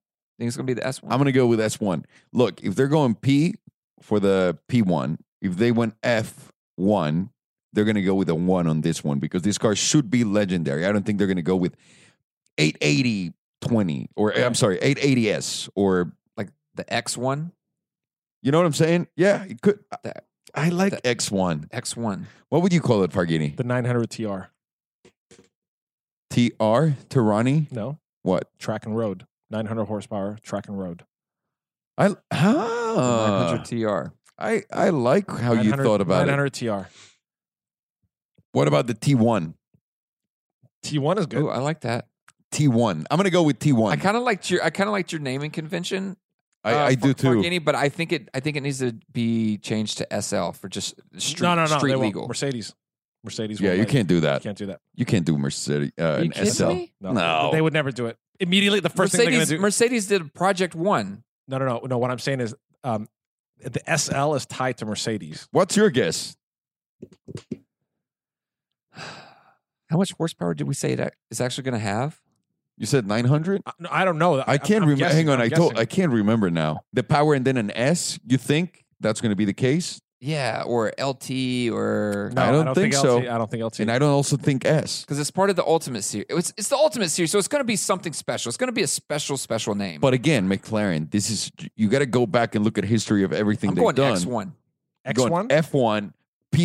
it's gonna be the S one.
I'm going to go with S1. Look, if they're going P for the P1, if they went F1, they're going to go with a 1 on this one because this car should be legendary. I don't think they're going to go with 880 20 or I'm sorry, 880S or
like the X one,
You know what I'm saying? Yeah, it could. I-
That-
I like
that-
X1.
X one.
What would you call it, Fargini?
The 900 TR.
TR? Tirani?
No,
What?
track and road. 900 horsepower, track and road.
I ah,
900 TR.
I I like how you
900
thought about it.
900 TR.
What about the T1?
T1 is good.
Ooh, I like that.
T1. I'm gonna go with T1.
I kind of liked your I kind of liked your naming convention.
I,
uh,
I
for-
do too.
Farghini, but I think it I think it needs to be changed to SL for just street,
no, no, no.
street
they won't.
legal.
Mercedes. Mercedes.
yeah,
won't
you
let
can't do
You
that.
can't do that.
You can't do Mercedes uh,
Are you
an
kidding
SL.
me?
No.
No.
They would never do it. Immediately, the first thing they're
Mercedes
going to do.
Mercedes did Project One.
no, no, no. No, what I'm saying is um, the SL is tied to Mercedes.
What's your guess?
How much horsepower did we say it ac- is actually going to have?
You said 900.
I, no, I don't know.
I can't
I'm
remember.
guessing,
Hang on,
I'm
I told.
guessing.
I can't remember now. The power and then an S. You think that's gonna be the case?
Yeah, or LT or
no,
I don't think so.
LT, I don't think LT.
And I don't also think S.
because it's part of the Ultimate series. It's it's the Ultimate series, so it's going to be something special. It's going to be a special, special name.
But again, McLaren, this is you got to go back and look at history of everything
I'm
they've
going
done.
X one.
You're going
X1?
F1,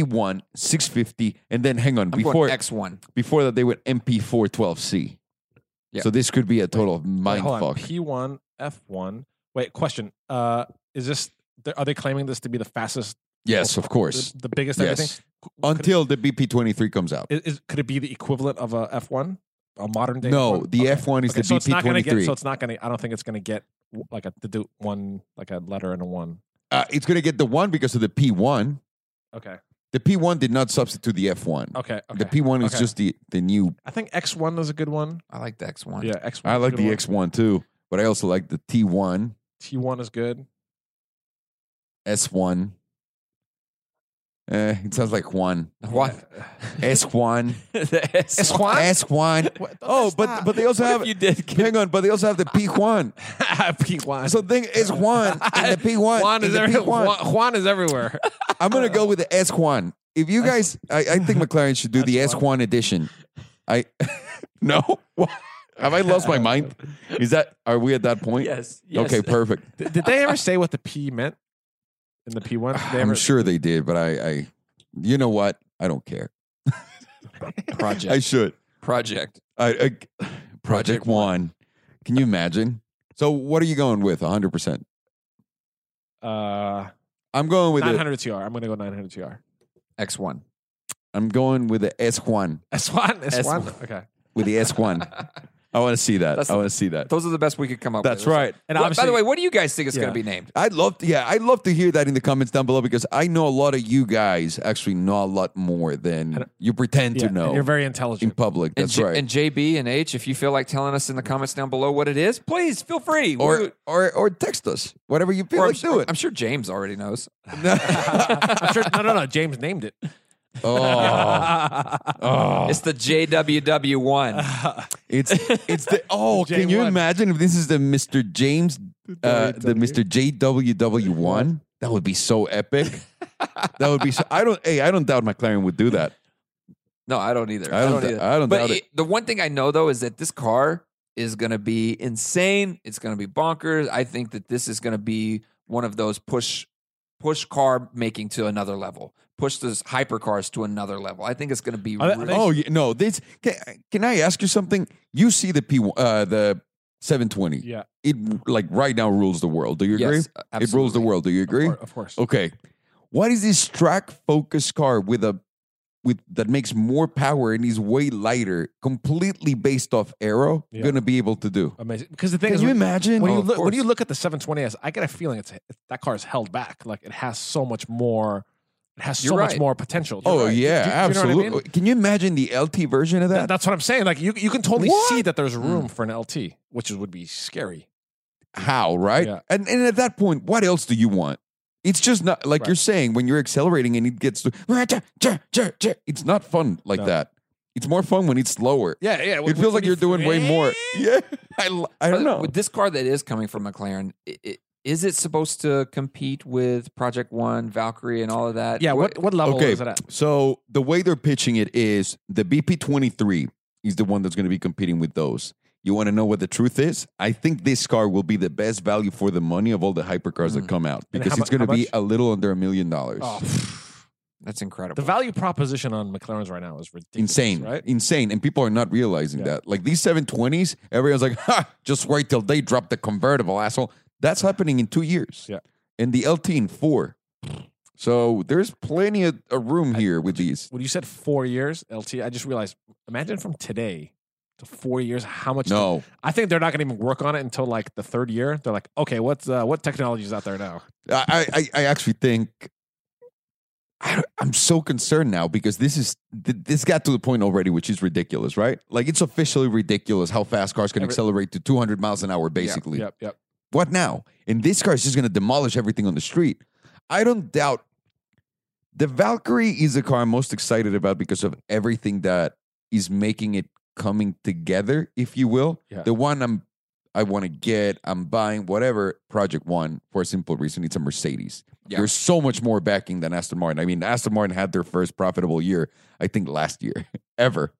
P1, 650, and then hang on
I'm
before
going X one.
before that they went MP412C.
Yeah.
So this could be a total of
Wait,
mind
hold on.
fuck.
P1, F1. Wait, question. Uh, is this? th- Are they claiming this to be the fastest,
Yes, of course.
the, the biggest everything?
Yes. Until the BP23 comes out.
Is, is, could it be the equivalent of a F1, a modern day?
No,
F1?
the
Okay.
F1 is
Okay,
the
so it's not gonna get.
BP23.
So it's not gonna. I don't think it's gonna get w- like a to do one like a letter and a one.
uh, it's going to get the one because of the P1.
Okay.
The P1 did not substitute the F1.
Okay. Oh, okay.
The P1 is
Okay.
just the, the new.
I think X1 is a good one.
I like the X1.
Yeah, X1.
I like the X1 too, but I also like the T1,
T1 is good.
S1. Eh, it sounds like
[laughs]
one.
What?
S1.
[laughs] the S-
S1. Oh, but but they also
What
have
if
[laughs]
you did get
hang on, but they also have the P1.
P1.
So the thing is Juan and the P1.
Juan
and
is,
the
every-
P1.
Juan, Juan is everywhere.
I'm gonna go with the S Juan. If you guys, I, I think McLaren should do the S Juan edition. I [laughs] no, What? have I lost my mind? Is that are we at that point?
yes, yes.
Okay,
[laughs]
[laughs]
perfect.
Did did they ever say what the P meant in the
[sighs]
P1? Did they
I'm
ever-
sure they did, but I, I, you know what? I don't care.
Project.
I should.
Project.
I, I Project, Juan. Can you imagine? So what are you going with? 100. percent
Uh,
I'm going with it.
900 TR. I'm going to go 900 TR.
X1.
I'm going with the S Juan.
S1? S1?
S1.
Okay.
With the S
[laughs]
Juan. I want to see that.
That's-
I want to see that.
Those are the best we could come up
That's
with.
right.
And
What- by the
obviously-
way, what do you guys think it's
Yeah.
going to be named?
I'd love to, yeah, I'd love to hear that in the comments down below because I know a lot of you guys actually know a lot more than you pretend
Yeah,
to
and
know
you're very
in [laughs]
intelligent.
public. That's
and, J-
right.
and JB and H, if you feel like telling us in the comments down below what it is, please feel free. We-
or, or or text us, whatever you feel
or I'm,
like, do
sure,
it.
[laughs] I'm sure James already knows.
I'm sure, no, no, no. James named
[laughs]
it.
[laughs]
oh, oh,
It's the
[sighs]
JWW1.
it's it's the oh. Can you
J1.
imagine if this is the Mr. James, uh, the Mr. JWW one? That would be so
[laughs]
epic. that would be so. I don't. Hey, I don't doubt McLaren would do that.
No, I don't either.
I don't. I don't,
either.
I don't
but
doubt it.
it- the one thing I know though is that this car is going to be insane. It's going to be bonkers. I think that this is going to be one of those push push car making to another level. Push those hypercars to another level. I think it's going to be
Are they- are they-
really,
Oh yeah, no! This can, can I ask you something? You see the P uh, the 720.
Yeah.
It like right now rules the world. Do you agree?
Yes,
it rules the
absolutely.
world. Do you agree?
Of cour- Of course.
Okay. What is this track focused car with a with that makes more power and is way lighter, completely based off aero,
Yeah.
going to be able to do?
Amazing. Because the thing
Can
is,
you
when-
imagine?
when
Oh,
you
of
look when you
course.
look at the 720s, I get a feeling it's it, that car is held back. Like it has so much more. It has so
You're
much
right.
more potential.
oh
You're right.
yeah,
Do- do- do you know what I
absolutely.
mean?
Can you imagine the LT version of
Th-
that?
That's what I'm saying. Like you, you can totally
What?
see that there's room for an LT, which is, would be scary.
how, right?
Yeah.
And and at that point, what else do you want? It's just not like
Right.
you're saying when you're accelerating and it gets to it's not fun like
No.
that. It's more fun when it's slower.
Yeah, yeah.
It feels like you're doing way more. [laughs] Yeah. I, l- I don't
But
know.
With this car that is coming from McLaren, i i- is it supposed to compete with Project One, Valkyrie, and all of that?
Yeah. What what level
Okay.
is it at?
So the way they're pitching it is the BP23 is the one that's going to be competing with those. You want to know what the truth is? I think this car will be the best value for the money of all the hypercars that
Mm.
come out
And
because
how
it's
mu-
going to
how
be
much?
a little under a million dollars.
Oh,
That's incredible.
the value proposition on McLaren's right now is ridiculous.
insane,
right?
Insane, and people are not realizing
Yeah.
that. Like these 720s, everyone's like, "Ha! Just wait till they drop the convertible, asshole." That's happening in two years.
Yeah.
and the LT in four. So there's plenty of, of room here with these.
When you said four years LT, I just realized. Imagine from today to four years, how much?
No,
I think they're not going to even work on it until like the third year. They're like, okay, what's uh, what technology is out there now?
I, I, I actually think I, I'm so concerned now because this is th- this got to the point already, which is ridiculous, right? Like it's officially ridiculous how fast cars can
Every-
accelerate to 200 miles an hour, basically.
Yep, yep.
what now? And this car is just going to demolish everything on the street. I don't doubt the Valkyrie is the car I'm most excited about because of everything that is making it coming together, if you will.
Yeah.
The one I'm I want to get, I'm buying whatever Project One for a simple reason. It's a Mercedes.
Yeah.
There's so much more backing than Aston Martin. I mean, Aston Martin had their first profitable year, I think last year [laughs] ever.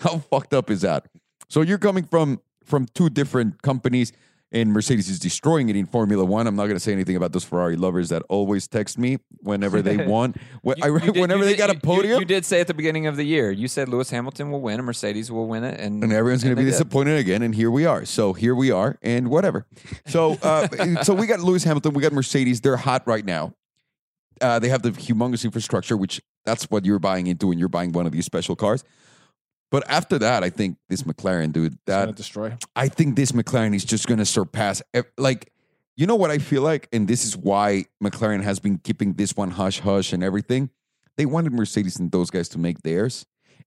How fucked up is that? So you're coming from from two different companies, and Mercedes is destroying it in Formula One. I'm not going to say anything about those Ferrari lovers that always text me whenever they want, Wh- I- [laughs]
You- you did-
whenever
you
they
did-
got
you-
a
you-
podium,
You, did say at the beginning of the year, you said Lewis Hamilton will win, and Mercedes will win it, and,
and everyone's going to
they
be
did.
disappointed again. And here we are. So here we are, and whatever. So uh, [laughs] so we got Lewis Hamilton, we got Mercedes. They're hot right now. Uh, they have the humongous infrastructure, which that's what you're buying into when you're buying one of these special cars. But after that, I think this McLaren dude,
It's
that
gonna destroy.
I think this McLaren is just going to surpass. ev- Like, you know what I feel like, and this is why McLaren has been keeping this one hush hush and everything. They wanted Mercedes and those guys to make theirs.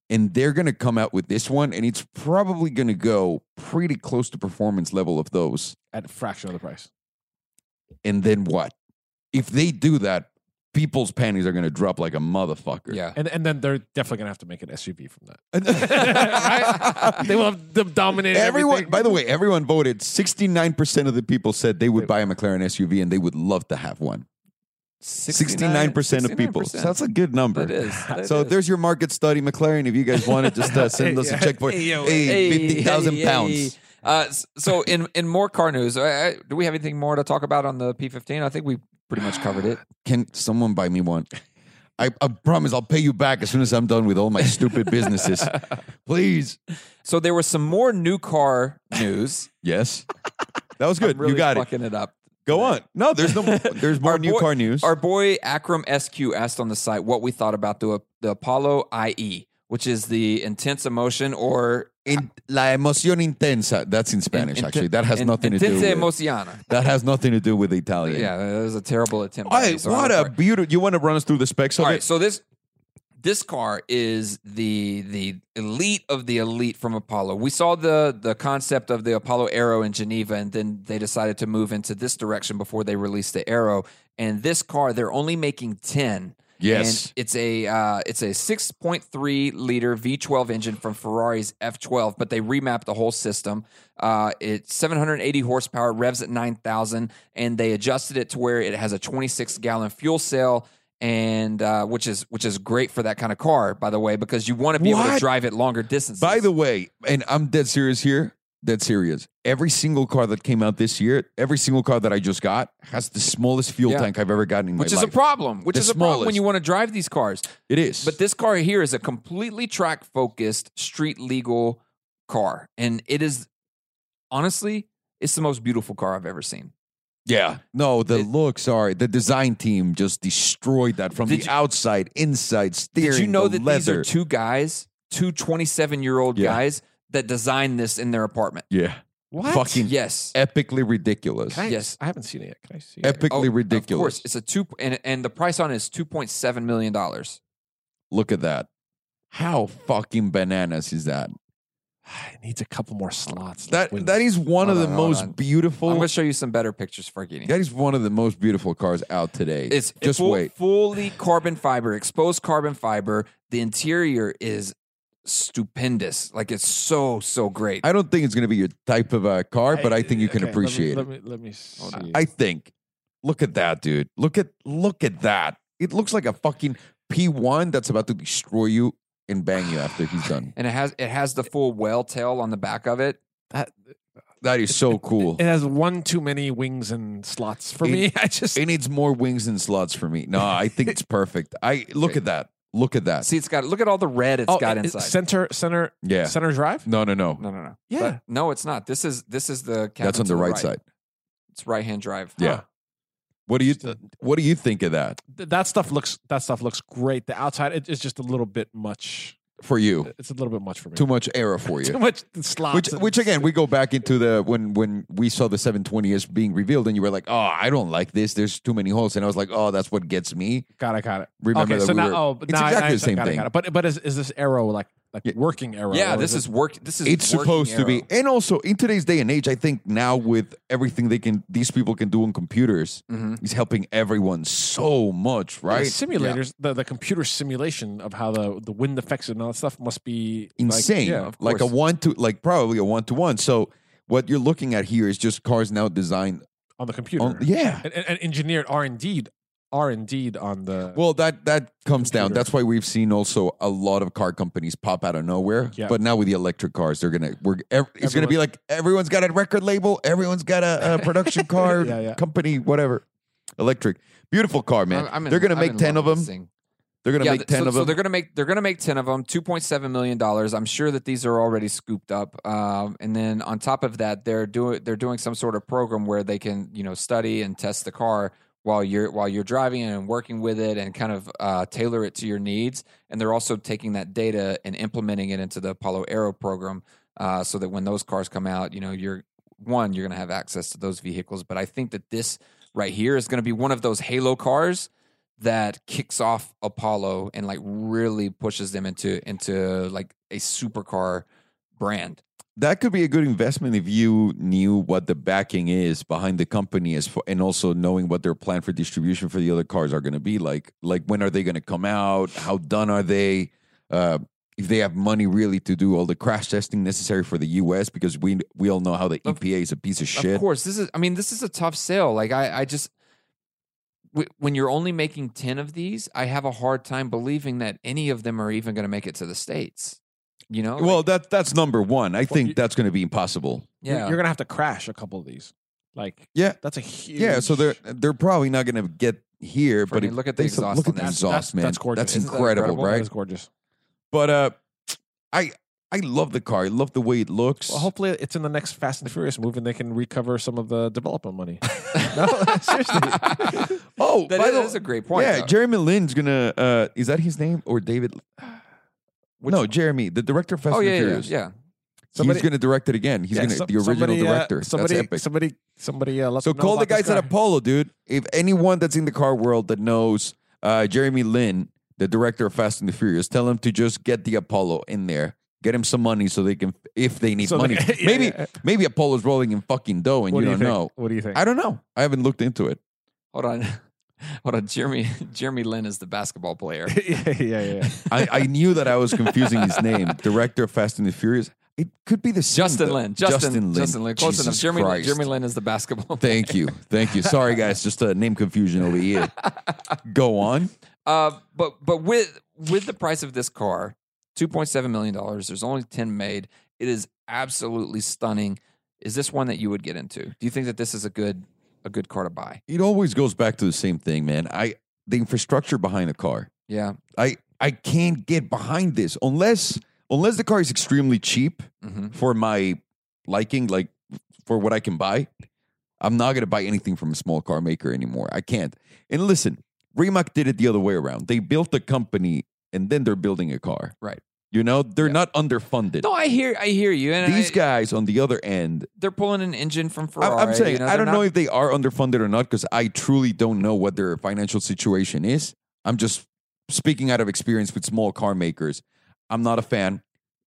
And they're going to come out with this one, and it's probably going to go pretty close to performance level of those.
at a fraction of the price.
And then what? If they do that, people's panties are going to drop like a motherfucker.
[laughs] Yeah.
And and then they're definitely gonna have to make an SUV from that.
Right?
They will have them dominated.
Everyone, by the way, everyone voted. 69% of the people said they would buy a McLaren SUV and they would love to have one. 69%, of people. So that's a good number.
That is. that
So
is.
there's your market study, McLaren. If you guys want it, just
[laughs]
uh, send us a check for
Hey, yo,
hey,
Hey,
fifty thousand
hey,
pounds.
hey. Uh, s- so in in more car news, uh, uh, do we have anything more to talk about on the P15? I think we pretty much covered it.
Can someone buy me one? I, I promise I'll pay you back as soon as I'm done with all my stupid
[laughs]
businesses. Please.
So there was some more
[laughs]
new car news.
Yes. That was good.
I'm really
you got it.
fucking it. up.
Go on. No, there's no.
[laughs]
There's more
Our
new
boy-
car news.
Our boy Akram SQ asked on the site what we thought about the the Apollo IE, which is the intense emotion or
In- la emoción intensa. That's in Spanish,
Inten-
actually. That has
in-
nothing to do.
intense
With,
emoziana.
that has nothing to do with Italian.
Yeah, that was a terrible attempt. by
Hey,
me, so
what
I'm
a beautiful. You want to run us through the specs of
All right,
it?
so this this car is the the elite of the elite from Apollo. We saw the the concept of the Apollo Aero in Geneva, and then they decided to move into this direction before they released the Aero. And this car, they're only making ten.
Yes.
and it's a uh, it's a six point three liter V twelve engine from Ferrari's F twelve, but they remapped the whole system. Uh, it's seven hundred eighty horsepower, revs at nine thousand, and they adjusted it to where it has a twenty six gallon fuel cell, and uh, which is which is great for that kind of car, by the way, because you want to be able to
What?
drive it longer distances.
By the way, and I'm dead serious here. Dead serious. Every single car that came out this year, every single car that I just got has the smallest fuel
Yeah.
tank I've ever gotten in
which
my
is
life.
a problem. Which
The
is a problem when
smallest.
you want to drive these cars.
it is.
But this car here is a completely track focused, street legal car. And it is honestly, it's the most beautiful car I've ever seen.
yeah, no, the
It-
looks are. The design team just destroyed that from the
Did you-
outside, inside, steering.
Did you know
the
that
leather.
these are two guys, two 27 year old
Yeah.
guys that designed this in their apartment?
Yeah,
what?
fucking
Yes.
epically ridiculous.
Can I,
Yes.
I haven't seen it yet. Can I see it?
Epically
Oh,
ridiculous.
Of course, it's a two and, and the price on it is two point seven million dollars.
Look at that. How fucking bananas is that?
[sighs] It needs a couple more slots.
That
Like,
that is one
Hold
of the
on, hold
most
on. I'm
beautiful.
gonna show you some better pictures, Farghini.
That is one of the most beautiful cars out today.
It's
just
full-
wait.
Fully carbon fiber, exposed carbon fiber. The interior is stupendous. Like it's so so great.
I don't think it's going to be your type of a car, but I think you can
okay, let me-
appreciate
let me, let me, see.
it. I think. Look at that, dude. Look at look at that. It looks like a fucking P1 that's about to destroy you and bang you after he's
[sighs]
done.
and it has it has the full whale tail on the back of it.
that,
That is so cool.
it has one too many wings and slots for
It-
me. [laughs] I just
It needs more wings and slots for me. No, I think it's perfect. I look at that. Look at that.
See, it's got look at all the red it's
Oh,
got
it- it-
inside.
center center
Yeah.
center drive.
No, no, no.
no, no, no.
Yeah,
But no, it's not. This is this is the cabin
That's on
to
the right side.
It's right hand drive.
Yeah. What do you What do you think of that
Th- that stuff looks that stuff looks great. The outside it is just a little bit much.
for you?
It's a little bit much for me.
Too much error for
Uh, [laughs] Too
you.
much slots.
Which,
and-
which again, we go back into the when when we saw the 720s being revealed, and you were like, "Oh, I don't like this. There's too many holes," and I was like, "Oh, that's what gets me."
got it, got it.
Remember
okay,
that
so
we
now
were-
oh, but
it's
now I-
exactly
I-
the same
got it,
thing.
got it. But but is, is this arrow like like
Yeah.
working arrow?
Yeah,
or
this
it-
is work. This is
It's
working
supposed to be,
arrow.
and also in today's day and age, I think now with everything they can, these people can do on computers,
Mhm.
is helping everyone so much,
the
right?
Mm-hmm. simulators, the, the computer simulation of how the, the wind affects it and all that stuff must be like-
insane.
yeah, of
like a
course.
one to like probably a one to one. So what you're looking at here is just cars now designed.
on the computer.
On, yeah.
and, and, and engineered are indeed are indeed on the
Well, that that comes down.
Computer.
That's why we've seen also a lot of car companies pop out of nowhere.
Yeah.
But now with the electric cars, they're gonna we're ev- it's gonna be like everyone's got a record label, everyone's got a, a
[laughs]
production car
Yeah, yeah.
company, whatever. Electric, beautiful car, man.
I'm- I'm in-
they're gonna
I'm
make
in
ten of
love with this
them.
thing.
They're gonna
yeah,
make
th-
ten
so,
of
so
them.
they're gonna make they're gonna make ten of them. Two point seven million dollars. I'm sure that these are already scooped up. Um, and then on top of that, they're doing they're doing some sort of program where they can you know study and test the car while you're while you're driving it and working with it and kind of uh, tailor it to your needs. And they're also taking that data and implementing it into the Apollo Aero program, uh, so that when those cars come out, you know you're one you're gonna have access to those vehicles. But I think that this right here is gonna be one of those halo cars that kicks off Apollo and like really pushes them into into like a supercar brand.
that could be a good investment if you knew what the backing is behind the company is for, and also knowing what their plan for distribution for the other cars are going to be like like when are they going to come out how done are they uh, if they have money really to do all the crash testing necessary for the US because we we all know how the
Of-
EPA is a piece of
Of
shit
course, this is. I mean, this is a tough sale. Like I, I just w- when you're only making ten of these, I have a hard time believing that any of them are even going to make it to the states. You know,
well
Like,
that that's number 1 i think
you-
that's going to be impossible
You're-
yeah,
You're gonna have to crash a couple of these. Like
Yeah.
that's a huge.
yeah so they're they're probably not going to get here
For
but
me,
if
look at the
they still-
exhaust
look
on
at the
that.
That's- that's-
exhaust man
that's gorgeous.
that's
Isn't that
incredible
incredible?
that
right
is gorgeous.
But uh, I I love the car. I love the way it looks.
Well, hopefully it's in the next Fast and Furious movie, and they can recover some of the development money. [laughs] no, [laughs]
[laughs]
seriously.
oh,
that
by
is,
the
that is a great point.
yeah,
though.
Jeremy Lin's gonna. Uh, is that his name or David? [sighs] no, Jeremy, the director of Fast
oh
and
yeah, yeah,
Furious.
yeah.
Somebody-
He's gonna direct it again. He's
Yeah,
gonna
some-
the original
somebody, uh,
director.
somebody,
that's epic.
somebody, somebody. Uh, let
so
them know
call the
about this
guys at
car.
Apollo, dude. If anyone that's in the car world that knows uh, Jeremy Lin, the director of Fast and the Furious, tell him to just get the Apollo in there. Get him some money so they can, if they need
So they-
money.
[laughs] yeah,
maybe,
yeah.
maybe Apollo's rolling in fucking dough, and
What
you
do
don't
think?
know.
What do you think?
I don't know. I haven't looked into it.
Hold on, [laughs] hold on. Jeremy Jeremy Lin is the basketball player.
yeah, yeah, yeah, yeah.
I,
[laughs]
I knew that I was confusing his name. Director of Fast and the Furious. It could be the same,
Justin
though.
Lin. Justin, Justin Lin. Close
Jesus
enough. Jeremy Lin,
Christ.
Jeremy Lin is the basketball. player.
Thank you. Thank you. Sorry, guys. Just a name confusion over
[laughs]
here. Go on.
Uh, but but with with the price of this car, two point seven million dollars. There's only ten made. It is absolutely stunning. Is this one that you would get into? Do you think that this is a good a good car to buy?
It always goes back to the same thing, man. I the infrastructure behind the car.
Yeah.
I I can't get behind this unless unless the car is extremely cheap
Mm-hmm.
for my liking, like for what I can buy. I'm not gonna buy anything from a small car maker anymore. I can't. And listen, Rimac did it the other way around. They built a company and then they're building a car.
Right.
You know, they're
Yeah.
not underfunded.
No, I hear I hear you. And
These
I-
guys on the other end,
they're pulling an engine from
I-
Ferrari.
I'm saying
you know,
I
they're
don't
not-
know if they are underfunded or not because I truly don't know what their financial situation is. I'm just speaking out of experience with small car makers. I'm not a fan.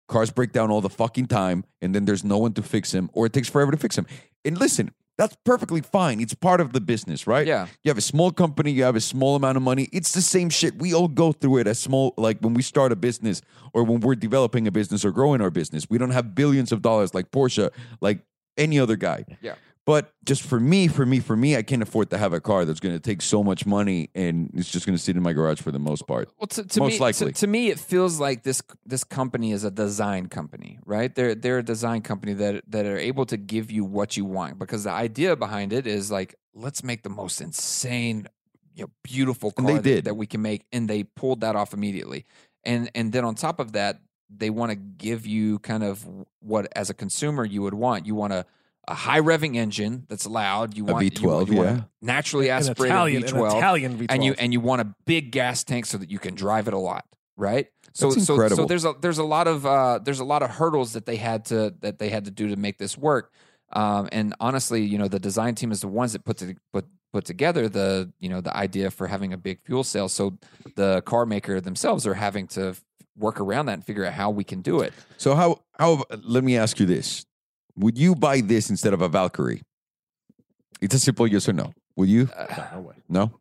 Cars break down all the fucking time, and then there's no one to fix them, or it takes forever to fix them. And listen, that's perfectly fine. It's part of the business, right?
Yeah.
You have a small company, you have a small amount of money. It's the same shit. We all go through it as small, like when we start a business or when we're developing a business or growing our business. We don't have billions of dollars like Porsche, like any other guy.
Yeah.
But just for me, for me, for me, I can't afford to have a car that's going to take so much money and it's just going to sit in my garage for the most part.
Well, to, to
Most
me, to-
likely.
to, me, it feels like this this company is a design company, right? They're they're a design company that that are able to give you what you want because the idea behind it is like let's make the most insane, you know, beautiful car
And they
that-
did.
That, we can make, and they pulled that off immediately. And and then on top of that, they want to give you kind of what as a consumer you would want. You want a a high revving engine that's loud. You
A
want you want-
V12,
you want
yeah.
a naturally
An
aspirated
Italian, an
V12
Italian V12,
and you and you want a big gas tank so that you can drive it a lot, right? So
That's
so so
incredible.
there's a there's a lot of uh, there's a lot of hurdles that they had to that they had to do to make this work. Um, and honestly, you know, the design team is the ones that put to, put put together the you know the idea for having a big fuel cell. So the car maker themselves are having to f- work around that and figure out how we can do it.
So how how let me ask you this. Would you buy this instead of a Valkyrie? It's a simple yes or no. Would you?
Uh,
No, no way.
No?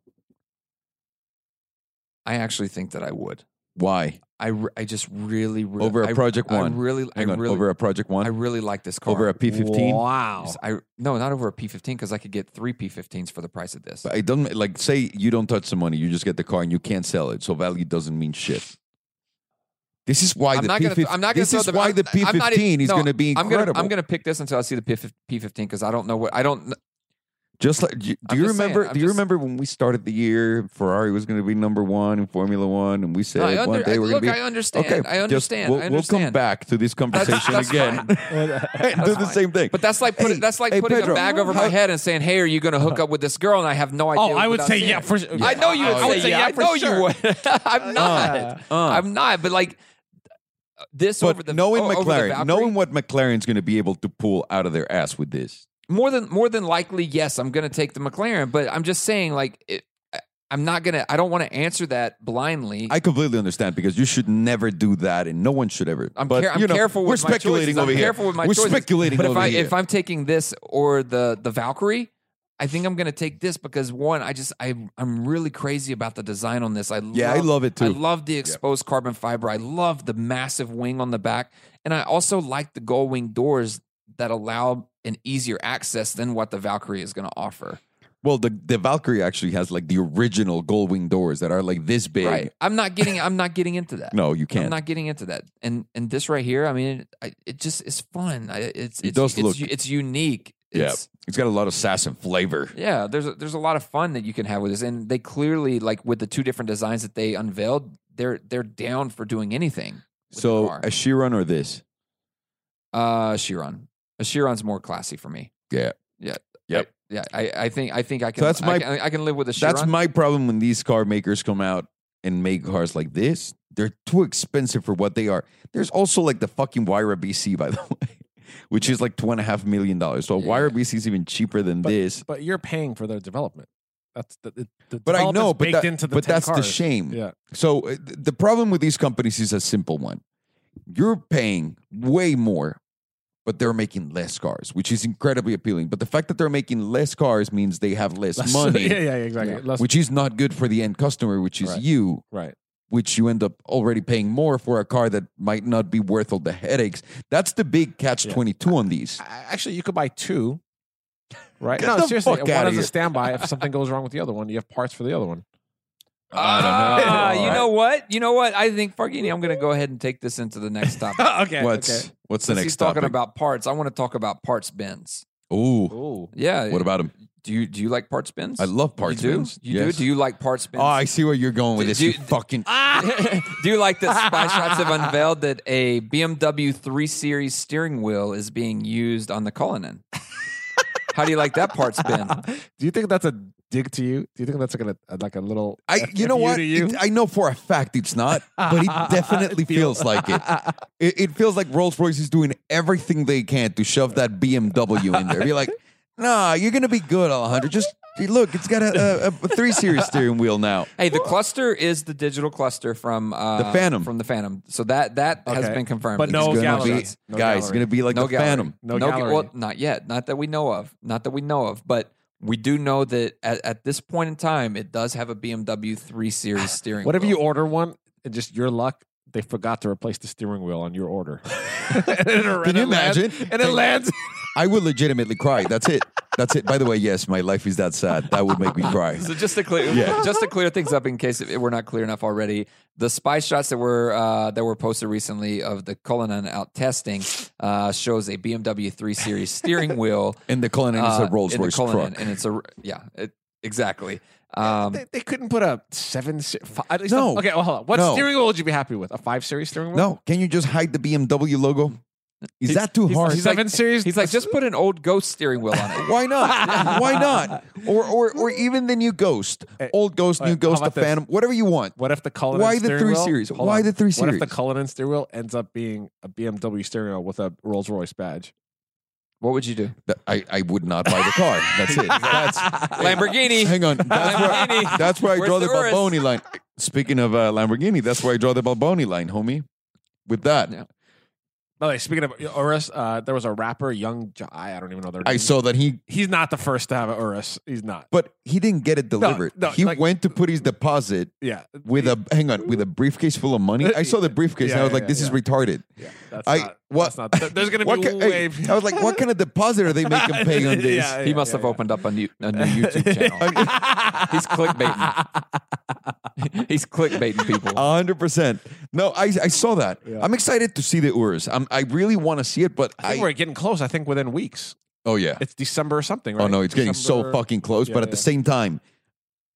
I actually think that I would.
Why?
I, re- I just really, really
Over a
I-
Project
I
One.
really I
Hang on.
really
over a Project
I
One?
really like this car.
Over a P fifteen?
Wow.
I no, not over a P fifteen because I could get three P fifteens for the price of this.
But it doesn't like say you don't touch the money, you just get the car and you can't sell it. So value doesn't mean shit. This is why
I'm
the
not gonna.
P15
I'm not gonna.
This
throw
is why
I'm-
the P
I'm not
fifteen
even-
is
no,
going to be
I'm gonna-
incredible.
I'm gonna pick this until I see the P fifteen because I don't know what I don't. kn-
Just like do you, do
I'm
you
just saying,
remember?
I'm
do you
just-
remember when we started the year, Ferrari was going to be number one in Formula One, and we said
No, I
one
under,
day we're
I,
going to
look,
be
I understand. I
just-
understand.
we'll,
I
we'll come
understand.
back to this conversation
that's [laughs]
again. and do the
fine.
same thing.
But that's like putting
Hey,
that's like
hey,
putting
Pedro,
a bag over my
how-
head and saying, "Hey, are you going
[laughs]
to hook up with this girl?" And I have no idea.
oh, I would
without
say
seeing
yeah.
it.
For, sure.
I know you would
I
say,
would say
yeah. I
for
know
sure.
you would. [laughs] I'm not.
Uh,
I'm not. But like this
but
over the
knowing
o- over the
McLaren,
Valkyrie-
knowing what McLaren's going to be able to pull out of their ass with this,
more than more than likely, yes, I'm going to take the McLaren. But I'm just saying, like, it, I'm not gonna. I don't want to answer that blindly.
I completely understand because you should never do that, and no one should ever.
I'm,
but,
care- I'm
you know,
careful with
We're
my
speculating
choices.
over
I'm
here.
Careful with my
we're
choices.
speculating
But if
over
I
here.
if I'm taking this or the the Valkyrie, I think I'm gonna take this because one, I just I I'm really crazy about the design on this. I
yeah, I love it too.
I love the exposed carbon fiber. I love the massive wing on the back, and I also like the gold wing doors that allow an easier access than what the Valkyrie is going to offer.
well, the the Valkyrie actually has like the original gold wing doors that are like this big.
Right? I'm not getting. I'm not getting into
[laughs]
that.
No, you can't.
I'm not getting into that. And and this right here, I mean, it, I, it just is fun. I, it's
It
it's,
does
it's,
look-
u- it's unique.
Yeah.
It's,
it's got a lot of sass and flavor.
yeah. There's a, there's a lot of fun that you can have with this, and they clearly like with the two different designs that they unveiled, they're they're down for doing anything. with the
So
car.
a Chiron or this?
uh, Chiron, Chiron's more classy for me.
Yeah. Yep.
I- yeah, I, I think I think I can.
So that's
I
my-
can- I can live with a Chiron.
That's my problem when these car makers come out and make cars like this. They're too expensive for what they are. There's also like the fucking Huayra BC, by the [laughs] way, which is like two and a half million dollars. So a
Yeah.
Huayra BC is even cheaper than
But-
this.
But you're paying for their development. That's the, the, the
But I know,
development's
but,
baked
that-
into the
but
10
that's the
cars.
shame.
Yeah,
So uh, th- the problem with these companies is a simple one. You're paying way more, but they're making less cars, which is incredibly appealing. But the fact that they're making less cars means they have less,
Less- [laughs]
money,
Yeah, yeah, exactly.
Yeah.
Less-
which is not good for the end customer, which is
Right.
you,
right.
which you end up already paying more for a car that might not be worth all the headaches. That's the big catch
Yeah.
22 on these.
A- Actually, you could buy two. Right?
Get
no,
the
seriously.
fuck
One
outta
is
here.
a standby. If something goes wrong with the other one, you have parts for the other one.
Ah,
I don't know.
you know what? You know what? I think Fargini, I'm going to go ahead and take this into the next topic.
[laughs] okay.
what's what's the
Since
next
he's talking
topic?
about parts, I want to talk about parts bins.
Ooh,
Ooh.
Yeah.
what about him?
do you do you like parts bins?
I love parts.
You do?
bins.
You
Yes.
do? Do you like parts bins?
Oh, I see where you're going with
Do-
this.
do-
you fucking
[laughs]
Ah!
do you like that spy shots
[laughs]
have unveiled that a BMW 3 Series steering wheel is being used on the Cullinan? How do you like that parts bin?
[laughs] Do you think that's a dig to you? Do you think that's like a, like a little?
I, you know
F you
what?
to you?
It- I know for a fact it's not,
[laughs]
but it definitely feels like it. it. It feels like Rolls Royce is doing everything they can to shove that BMW in there. You're like, [laughs] nah, you're gonna be good, Alejandro. Just look, it's got a, a, a three series steering wheel now. [laughs]
Hey, the cluster is the digital cluster from uh,
The Phantom.
From the Phantom. So that that has
Okay.
been confirmed.
But
It's
no
gonna
Gonna
gallery.
be-
be-
Galleries.
guys,
No
it's
gallery.
gonna be like
no
the
gallery.
Phantom.
No
ga-
gallery.
Well, not yet. Not that we know of. Not that we know of. But we do know that at, at this point in time, it does have a BMW 3 Series steering.
What if
wheel.
you order one and just your luck? They forgot to replace the steering wheel on your [laughs] order. Can
Can you imagine?
and it [laughs] lands.
I would legitimately cry. That's it. That's it. By the way, yes, my life is that sad. That would make me
[laughs]
cry.
So just to clear, [laughs]
Yeah.
just to clear things up in case it, we're not clear enough already, the spy shots that were uh, that were posted recently of the Cullinan out testing uh, shows a BMW 3 Series steering wheel
And the Cullinan is a
uh,
Rolls
in the
Royce
Cullinan,
truck.
and it's a yeah, it, exactly.
[laughs]
Um,
they, they couldn't put a seven. se- fi- at least
No.
a- okay, well, hold on. What
No.
steering wheel would you be happy with? A five series steering wheel?
No, can you just hide the BMW logo? Is that too hard?
He's seven
like-
series.
he's like, just put an old ghost steering wheel on
[laughs]
it.
[laughs]
Why not? Why not? Or, or or even the new Ghost,
Hey,
old Ghost,
Eh, how
new Ghost, the
about this?
Phantom, whatever you want.
What if the Cullinan
Why the
steering
three
wheel-
series?
Hold
Why
on.
the three
What if
series?
the Cullinan steering wheel ends up being a BMW steering wheel with a Rolls Royce badge?
What would you do?
That- I, I would not buy the
[laughs]
car. That's it. That's
Lamborghini. [laughs]
hang on. That's where,
Lamborghini.
that's where I
Where's
draw the
the Urus?
Balboni line. Speaking of uh, Lamborghini, that's where I draw the Balboni line, homie. With that,
Yeah.
By the way, speaking of Urus, uh, there was a rapper, Young Jai. I don't even know their name.
I saw that he,
He's not the first to have an Urus. He's not.
but he didn't get it delivered.
no,
he
like-
went to put his deposit
Yeah.
with a hang on with a briefcase full of money. I saw the briefcase
Yeah,
and I was
yeah,
like,
yeah,
"This is
yeah.
retarded."
Yeah, that's
I-
not.
what-
That's not. th- There's gonna
What
be
ca- hey,
way.
I was like, "What kind of deposit are they
[laughs]
making pay on this?"
Oh, Yeah,
He
yeah,
must
yeah,
have
yeah.
opened up a new
[laughs]
a new YouTube channel.
[laughs]
He's clickbaiting. He's clickbaiting people.
A hundred percent. No, I I saw that.
Yeah.
I'm excited to see the Urus. I'm, I really want to see it, but
I think
I.
we're getting close. I think within weeks.
Oh yeah.
It's December or something. Right?
Oh no, it's getting so
December-
fucking close.
Yeah,
but at the
yeah.
same time,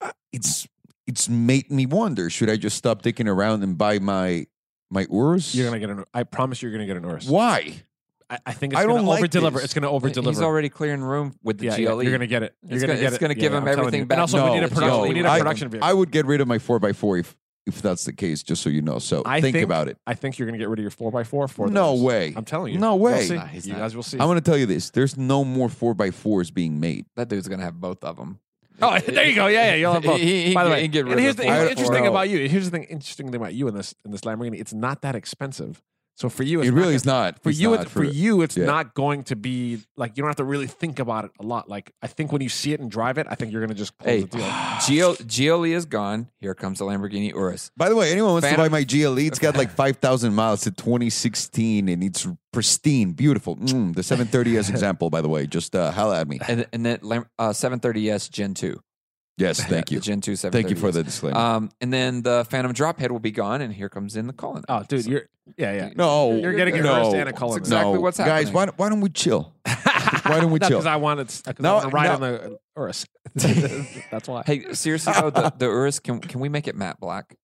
uh, it's it's made me wonder: should I just stop dicking around and buy my my Urus?
You're gonna get an. I promise you're gonna get an Urus.
Why?
I, I think it's
I
gonna
don't like
over deliver.
this.
It's gonna over deliver.
He's already clearing room with the E.
yeah, yeah,
GLE.
you're gonna get it. You're
It's
gonna,
gonna-
get
it's
it.
gonna give
yeah,
him
I'm telling
everything
you.
back.
And also,
No,
we need a
it's
production.
all-
we need a
I-
production vehicle.
I would get rid of my four x four if if that's the case. Just so you know. So
I
think,
think-
about it.
I think you're gonna get rid of your four x four for the
No
Urus.
way.
I'm telling you.
No
We'll
way.
see.
Nah, he's
you
not.
guys will see.
I'm gonna tell you this: there's no more four x fours being made.
that dude's gonna have both of them.
Oh, [laughs] there you go. Yeah, yeah. You'll have both.
[laughs] He- he-
By the
he-
way,
he get rid
and here's
of
the
four.
here's interesting
Four.
about you. Here's the thing interesting thing about you in this in this Lamborghini. It's not that expensive. So for you, it's
It
not
really
gonna-
is not.
For
It's
you,
not
it's, for you, it's
yeah.
not going to be like you don't have to really think about it a lot. Like I think when you see it and drive it, I think you're going to just close
Hey,
the deal.
Gio, Gioli E is gone. Here comes the Lamborghini Urus.
By the way, anyone wants to
Phantom-
buy my GLE, it's got
[laughs]
like 5,000 miles to 2016 and it's pristine, beautiful. Mm, the 730 as example, by the way, just uh, holla at me.
And, and then Lam- uh, 730S
[laughs]
Gen 2.
Yes, thank
[laughs] The
you.
Gen 2 730S.
Thank you for the disclaimer.
Um, and then the Phantom Drophead will be gone, and here comes in the Cullen.
Oh, dude, you're yeah, yeah.
no,
You're getting a
no,
first and a column.
That's exactly
no.
what's
Guys,
happening.
why, why don't we
[laughs]
chill? [laughs] why don't
[laughs]
we
Not
chill?
because I wanted because
No,
I want to ride
no.
on the [laughs]
[laughs]
Urus. That's why.
Hey, seriously
[laughs]
though, the, the Urus can can we make it matte black?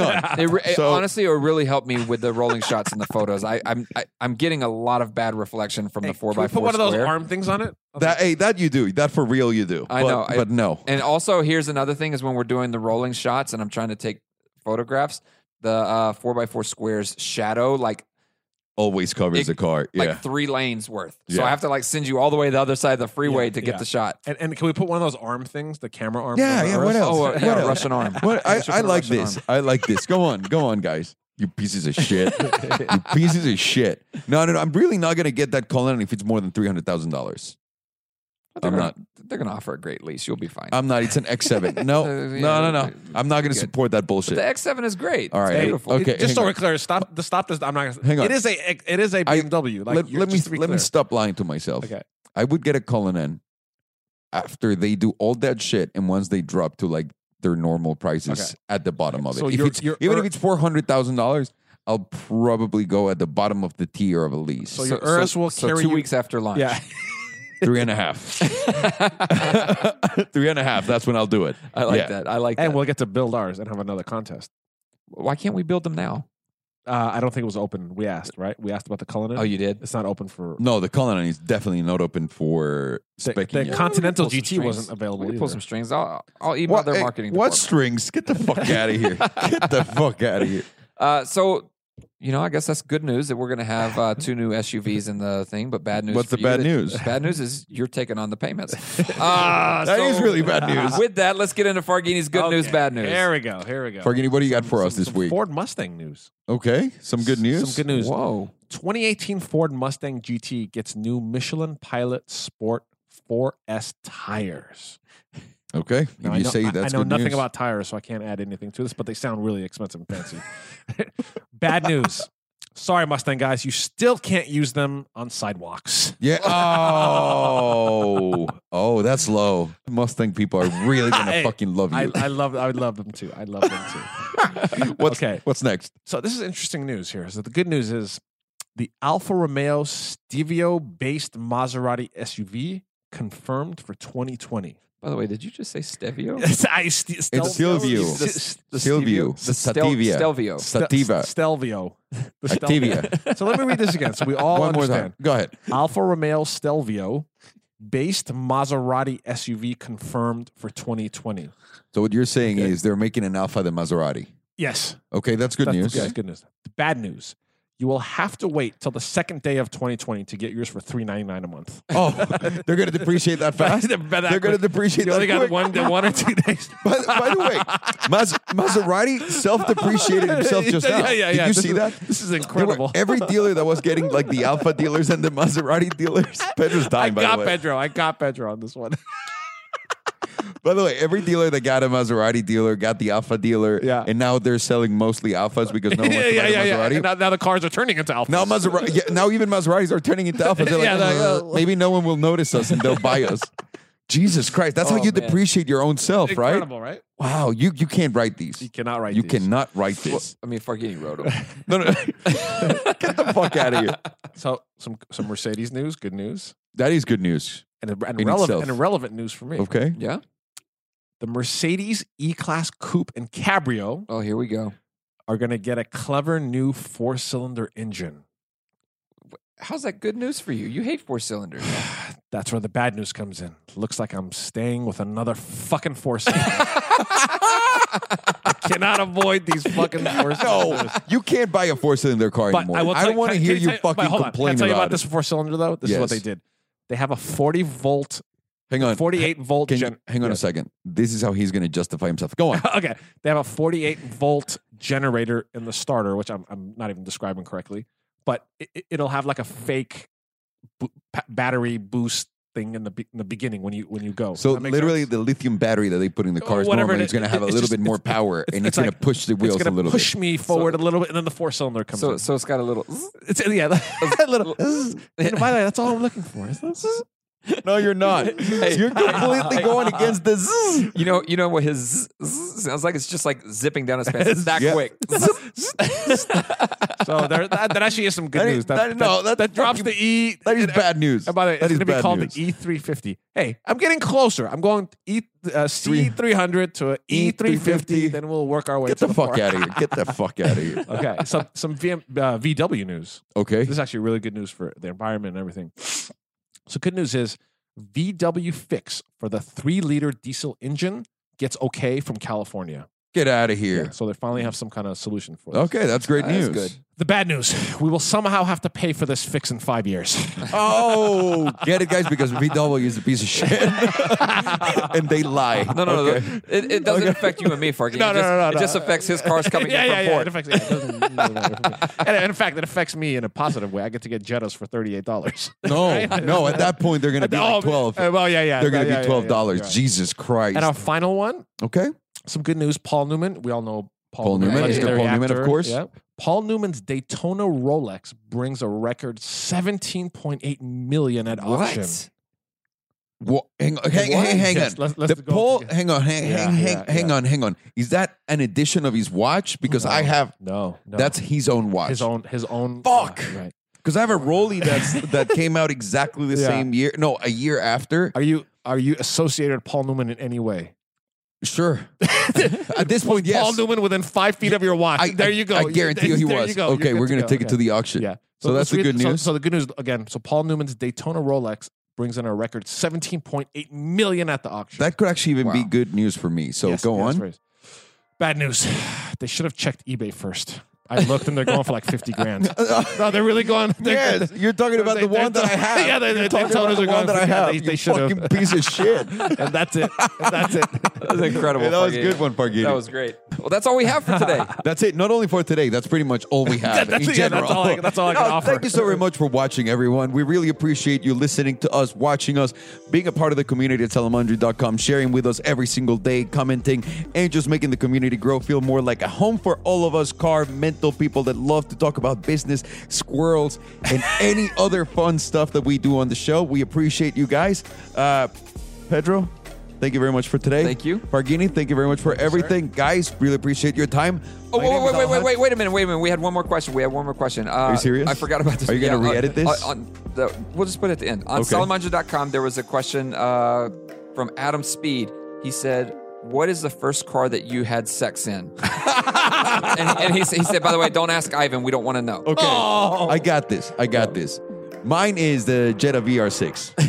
[laughs]
[laughs]
on.
It, re- it
So-
honestly, it really helped me with the rolling shots and the photos. I, I'm I, I'm getting a lot of bad reflection from the
Hey,
four
can we
by
put
four
one of those
square.
arm things on it.
That, hey, that you do. That for real you do.
I
but,
know, I-
But no.
and also, here's another thing: is when we're doing the rolling shots and I'm trying to take photographs, the uh, four by four squares shadow like
Always covers
It-
the car.
like
Yeah.
three lanes worth. So
Yeah.
I have to like send you all the way to the other side of the freeway
Yeah,
to get
yeah.
the shot.
And, and can we put one of those arm things, the camera arm?
Yeah,
from the
yeah,
Urus?
what else?
Oh, uh,
What
yeah,
[laughs] else?
Russian arm.
What, I,
Russian
I
arm,
like
Russian
this.
arm.
I like this. Go on. Go on, guys. You pieces
[laughs]
of shit. you pieces of shit. No, no, no. I'm really not going to get that Cullen if it's more than $300,000.
They're
I'm
gonna, They're gonna offer a great lease. You'll be fine.
I'm not. It's
[laughs]
an X7. No,
Uh,
no,
yeah,
no, no.
okay.
I'm not going to
Good.
support that
the
bullshit.
X7 is great.
All
It's
right. Hey,
beautiful.
okay.
It- just
hang
so
on.
we're clear, stop the stop this. I'm not. Gonna,
Hang on.
It is a it is a
I-
BMW. like,
let,
you're-
let me
just to be
let me
clear.
stop lying to myself.
Okay.
I would get a Cullen in after they do all that shit and once they drop to like their normal prices
Okay.
at the bottom of it.
So
if
you're-
it's,
you're-
even if it's four hundred thousand dollars, I'll probably go at the bottom of the tier of a lease.
So your Urus will
so
carry
two
you-
weeks after launch.
Yeah.
three and a half.
[laughs]
[laughs] three and a half. That's when I'll do it.
[laughs] I like
Yeah.
that. I like
and
that.
we'll get to build ours and have another contest.
Why can't we build them now?
Uh, I don't think it was open. We asked, right? We asked about the Cullinan.
Oh, you did.
it's not open for
No, the Cullen is definitely not open for
the,
spec.
the
yet.
Continental
Pull some
GT wasn't
strings.
available.
We can
Either.
pull some strings. I'll I'll email their
hey,
marketing.
what eh,
department.
strings? Get the [laughs] fuck out of here. Get the fuck out of here.
Uh, so you know, I guess that's good news that we're gonna have uh, two new SUVs in the thing. But bad news.
What's
for
the
you
bad
that-
news?
Bad news is you're taking on
[laughs]
the payments. [laughs]
[laughs]
Ah,
That is
so
really bad news. [laughs]
With that, let's get into Farghini's good news,
Okay,
bad news.
Here we go. Here we go.
Fergie, what do you got for us
Some-
this
some
week?
Ford Mustang news.
Okay, some good news.
Some good news.
Whoa.
2018 Ford Mustang GT gets new Michelin Pilot Sport 4S tires.
Okay, if
Now, I
you
know,
say
I-
that's
I know
good
nothing
news.
about tires, so I can't add anything to this, but they sound really expensive and fancy. [laughs] Bad news. Sorry, Mustang guys, you still can't use them on sidewalks. [laughs]
Yeah. Oh, oh, that's low. Mustang people are really gonna
[laughs] Hey,
fucking love
I,
you.
I love I would love them too. I love them too.
[laughs] what's
okay.
What's next?
So this is interesting news here. So the good news is the Alfa Romeo Stivio based Maserati SUV confirmed for 2020.
By the way, did you just say Stevio? [laughs]
It's, [laughs] I, st- Stel-
Stelvio.
S-
The Silvio,
The Stel-
Sativia,
Stelvio.
Stel-
Sativa,
Stelvio. The Stelvio.
Activia.
So let me read this again so [laughs]
[laughs]
we all
One more
understand.
time. Go ahead.
Alfa Romeo Stelvio based Maserati SUV confirmed for 2020.
So what you're saying
Okay.
is they're making an Alpha the Maserati.
Yes.
Okay, that's good
that's
news.
The, that's good news. The bad news. You will have to wait till the second day of 2020 to get yours for 3.99 a [laughs] month.
Oh, [laughs] they're gonna depreciate
[laughs]
that fast.
They're that
they're gonna
quick.
depreciate
You
that
only got
quick.
one, one or
[laughs]
two days.
By, the- by
[laughs]
the way, Mas- Maserati self-depreciated himself just now.
[laughs] Yeah, yeah, yeah.
Did you
This
see
is-
that?
This is
There were-
incredible.
every dealer that was getting like
[laughs]
the Alpha dealers and the Maserati dealers. Pedro's
I
dying, by the
got
way.
Pedro. I got Pedro on this one.
By the way, every dealer that got a Maserati dealer got the Alpha dealer.
Yeah.
And now they're selling mostly Alphas
[laughs]
because no one wants to buy the Maserati.
And Now, now the cars are turning into alphas.
Now Maserati, yeah, now even Maseratis are turning into Alphas. They're
[laughs]
like,
Yeah, they're like,
"Uh, maybe no one will notice us and they'll
[laughs]
buy us. Jesus Christ, that's how
Oh,
you
man.
depreciate your own self,
incredible, right?
right? Wow, you you can't write
You
these.
cannot write.
You
these.
cannot write
Well,
this.
I mean, Farghini wrote
[laughs]
him.
No, no, get the fuck out of here.
So some some Mercedes news, good news,
That is good news.
and and
In
relevant
itself.
and relevant news for me.
Okay,
Yeah.
The Mercedes E-Class Coupe and Cabrio
Oh, here we go.
are going to get a clever new four-cylinder engine.
How's that good news for you? You hate four
[laughs]
cylinders. [laughs]
That's where the bad news comes in. Looks like I'm staying with another fucking
[laughs]
four-cylinder. Cannot avoid these fucking four-cylinders.
no, you can't buy a four-cylinder car
But
anymore.
I will. Tell,
don't want to
can-
hear
can
you
tell- but
fucking
hold on. Can
complain
I tell you
about
about
it.
this four cylinder though? This is what
Yes.
they did. They have a 40 volt
Hang on.
48 volt.
Uh, Can
gen-
you, hang on a
Yes.
second. This is how he's going to justify himself. Go on.
[laughs] okay, they have a 48 volt generator in the starter, which I'm I'm not even describing correctly, but it, it'll have like a fake bo- pa- battery boost thing in the be- in the beginning when you when you go.
So
That makes
literally,
sense?
the lithium battery that they put in the
Or
cars
whatever
normally
it
is going to
is.
have a
It's
little
just-
bit more
it's-
power,
it's-
and it's,
it's
going
like-
to push the wheels
it's
a
gonna
little
push
bit.
me forward a little bit, and then the four cylinder comes.
So
in.
so it's got a little.
[laughs]
zzz.
It's yeah. [laughs] That, little, and by the way, that's all I'm looking for. Is this?
No, you're not.
[laughs]
Hey.
You're completely going against the zzz.
You know, you know what his zzz, zzz sounds like? It's just like zipping down his pants. It's that
Yeah.
quick.
So there, that, that actually is some good
That-
news. That,
that- no,
that,
that's
drops
fucking-
the E.
That is
and-
bad news.
And by the way,
That
it's
is
going to be
bad
called
news.
the E350. Hey, I'm getting closer. I'm going E uh, C300 to an E350. Then we'll work our way.
E Get
to
the fuck out of here. Get the fuck out of
[laughs]
here.
Okay,
[laughs]
so some VM, uh, VW news.
Okay.
This is actually really good news for the environment and everything. So good news is VW fix for the three liter diesel engine gets okay from California.
Get out of here.
So they finally have some kind of solution for this.
Okay, that's great
That is
news.
good.
The bad news: we will somehow have to pay for this fix in five
[laughs]
years.
[laughs]
[laughs]
Oh, get it, guys, because VW is a piece
[laughs]
of shit. and they lie.
No, no,
Okay.
no. It, it doesn't affect you and me,
[laughs]
Farkin.
No,
it
no,
just,
no, no,
It
no.
just affects
[laughs]
his cars coming
yeah,
in
yeah,
from
yeah.
port.
It affects, yeah, it doesn't- doesn't matter. and, and in fact, it affects me in a positive way. I get to get Jettas for thirty-eight dollars. Oh, uh,
No, no. At that point,
[laughs]
they're going to be like twelve.
well, yeah, yeah.
They're
yeah,
going to
yeah,
be
yeah,
twelve dollars.
you're right.
Jesus Christ.
And our final one:
okay.
some good news. Paul Newman. We all know Paul,
Paul Newman,
Mr.
legendary
Paul Newman, of
actor.
course.
Yeah. Paul Newman's Daytona Rolex brings a record seventeen point eight million at auction.
What?
Well, hang on. Hang,
What?
hang, hang
Yes,
on.
let's- let's
the
go
Paul.
together.
Hang on. Hang,
Yeah,
hang,
yeah,
hang, hang
yeah.
on. Hang on. Is that an edition of his watch? Because I
No.
have.
No, no.
That's his own watch.
his own. His own.
Fuck.
yeah, right.
Because I have a Rolly
[laughs]
that's that came out exactly the
Yeah.
same year. No, a year after.
Are you are you associated with Paul Newman in any way?
Sure. [laughs] At this point, yes.
Paul Newman within five feet of your watch. [laughs]
I,
there you go.
I guarantee you
[laughs]
he
There
was.
go. You're
Okay,
good
we're going to
go.
take it to
Okay.
the auction.
yeah.
So that's
let's
the
read-
good
so-
news.
So, the good news again. So Paul Newman's Daytona Rolex brings in a record seventeen point eight million at the auction.
That could actually even be
Wow.
good news for me. So
Yes,
go
yes,
on.
right. Bad news. [sighs] They should have checked eBay first. I looked and they're going for like fifty
[laughs]
grand. No, they're really going. They're,
[laughs] Yes, you're talking about
they-
the
they're
one that I
[laughs] done.
[laughs] have.
Yeah, they-
You're
they-
talking
they told
about
us
the
they're going
one that I
for- yeah,
have.
they-
you
they should've.
fucking piece of [laughs] shit.
and that's it. That's it.
[laughs]
That was incredible.
Yeah, that was a
Farkin.
good one, Fargini.
That was great. Well, that's all we have for today.
That's it. Not only for today. That's pretty much
[laughs]
all we have
That's- yeah, that's
in general.
all I- that's all
[laughs]
I can offer.
Thank you so very much for watching, everyone. We really appreciate you listening to us, watching us, being a part of the community at salamandri.com, sharing with us every single day, commenting, and just making the community grow, feel more like a home for all of us car mental people that love to talk about business, squirrels,
[laughs]
and any other fun stuff that we do on the show. We appreciate you guys. Uh, Pedro, thank you very much for today.
Thank you.
Fargini, thank you very much for everything. Guys, really appreciate your time.
Oh,
My name
wait,
is
wait, wait, wait,
Alejandro.
wait, wait a minute, wait a minute. We had one more question. We had one more question. Uh, Are
you serious?
I forgot about this.
Are you gonna
Yeah,
re-edit
uh,
this?
uh, on the- we'll just put it at the end. On
Okay.
salamandra.com, there was a question uh, from Adam Speed. He said, what is the first car that you had sex in? [laughs] and and he, s- he said, by the way, don't ask Ivan. We don't want to know.
Okay. I got this. I got this. Mine is the Jetta VR6.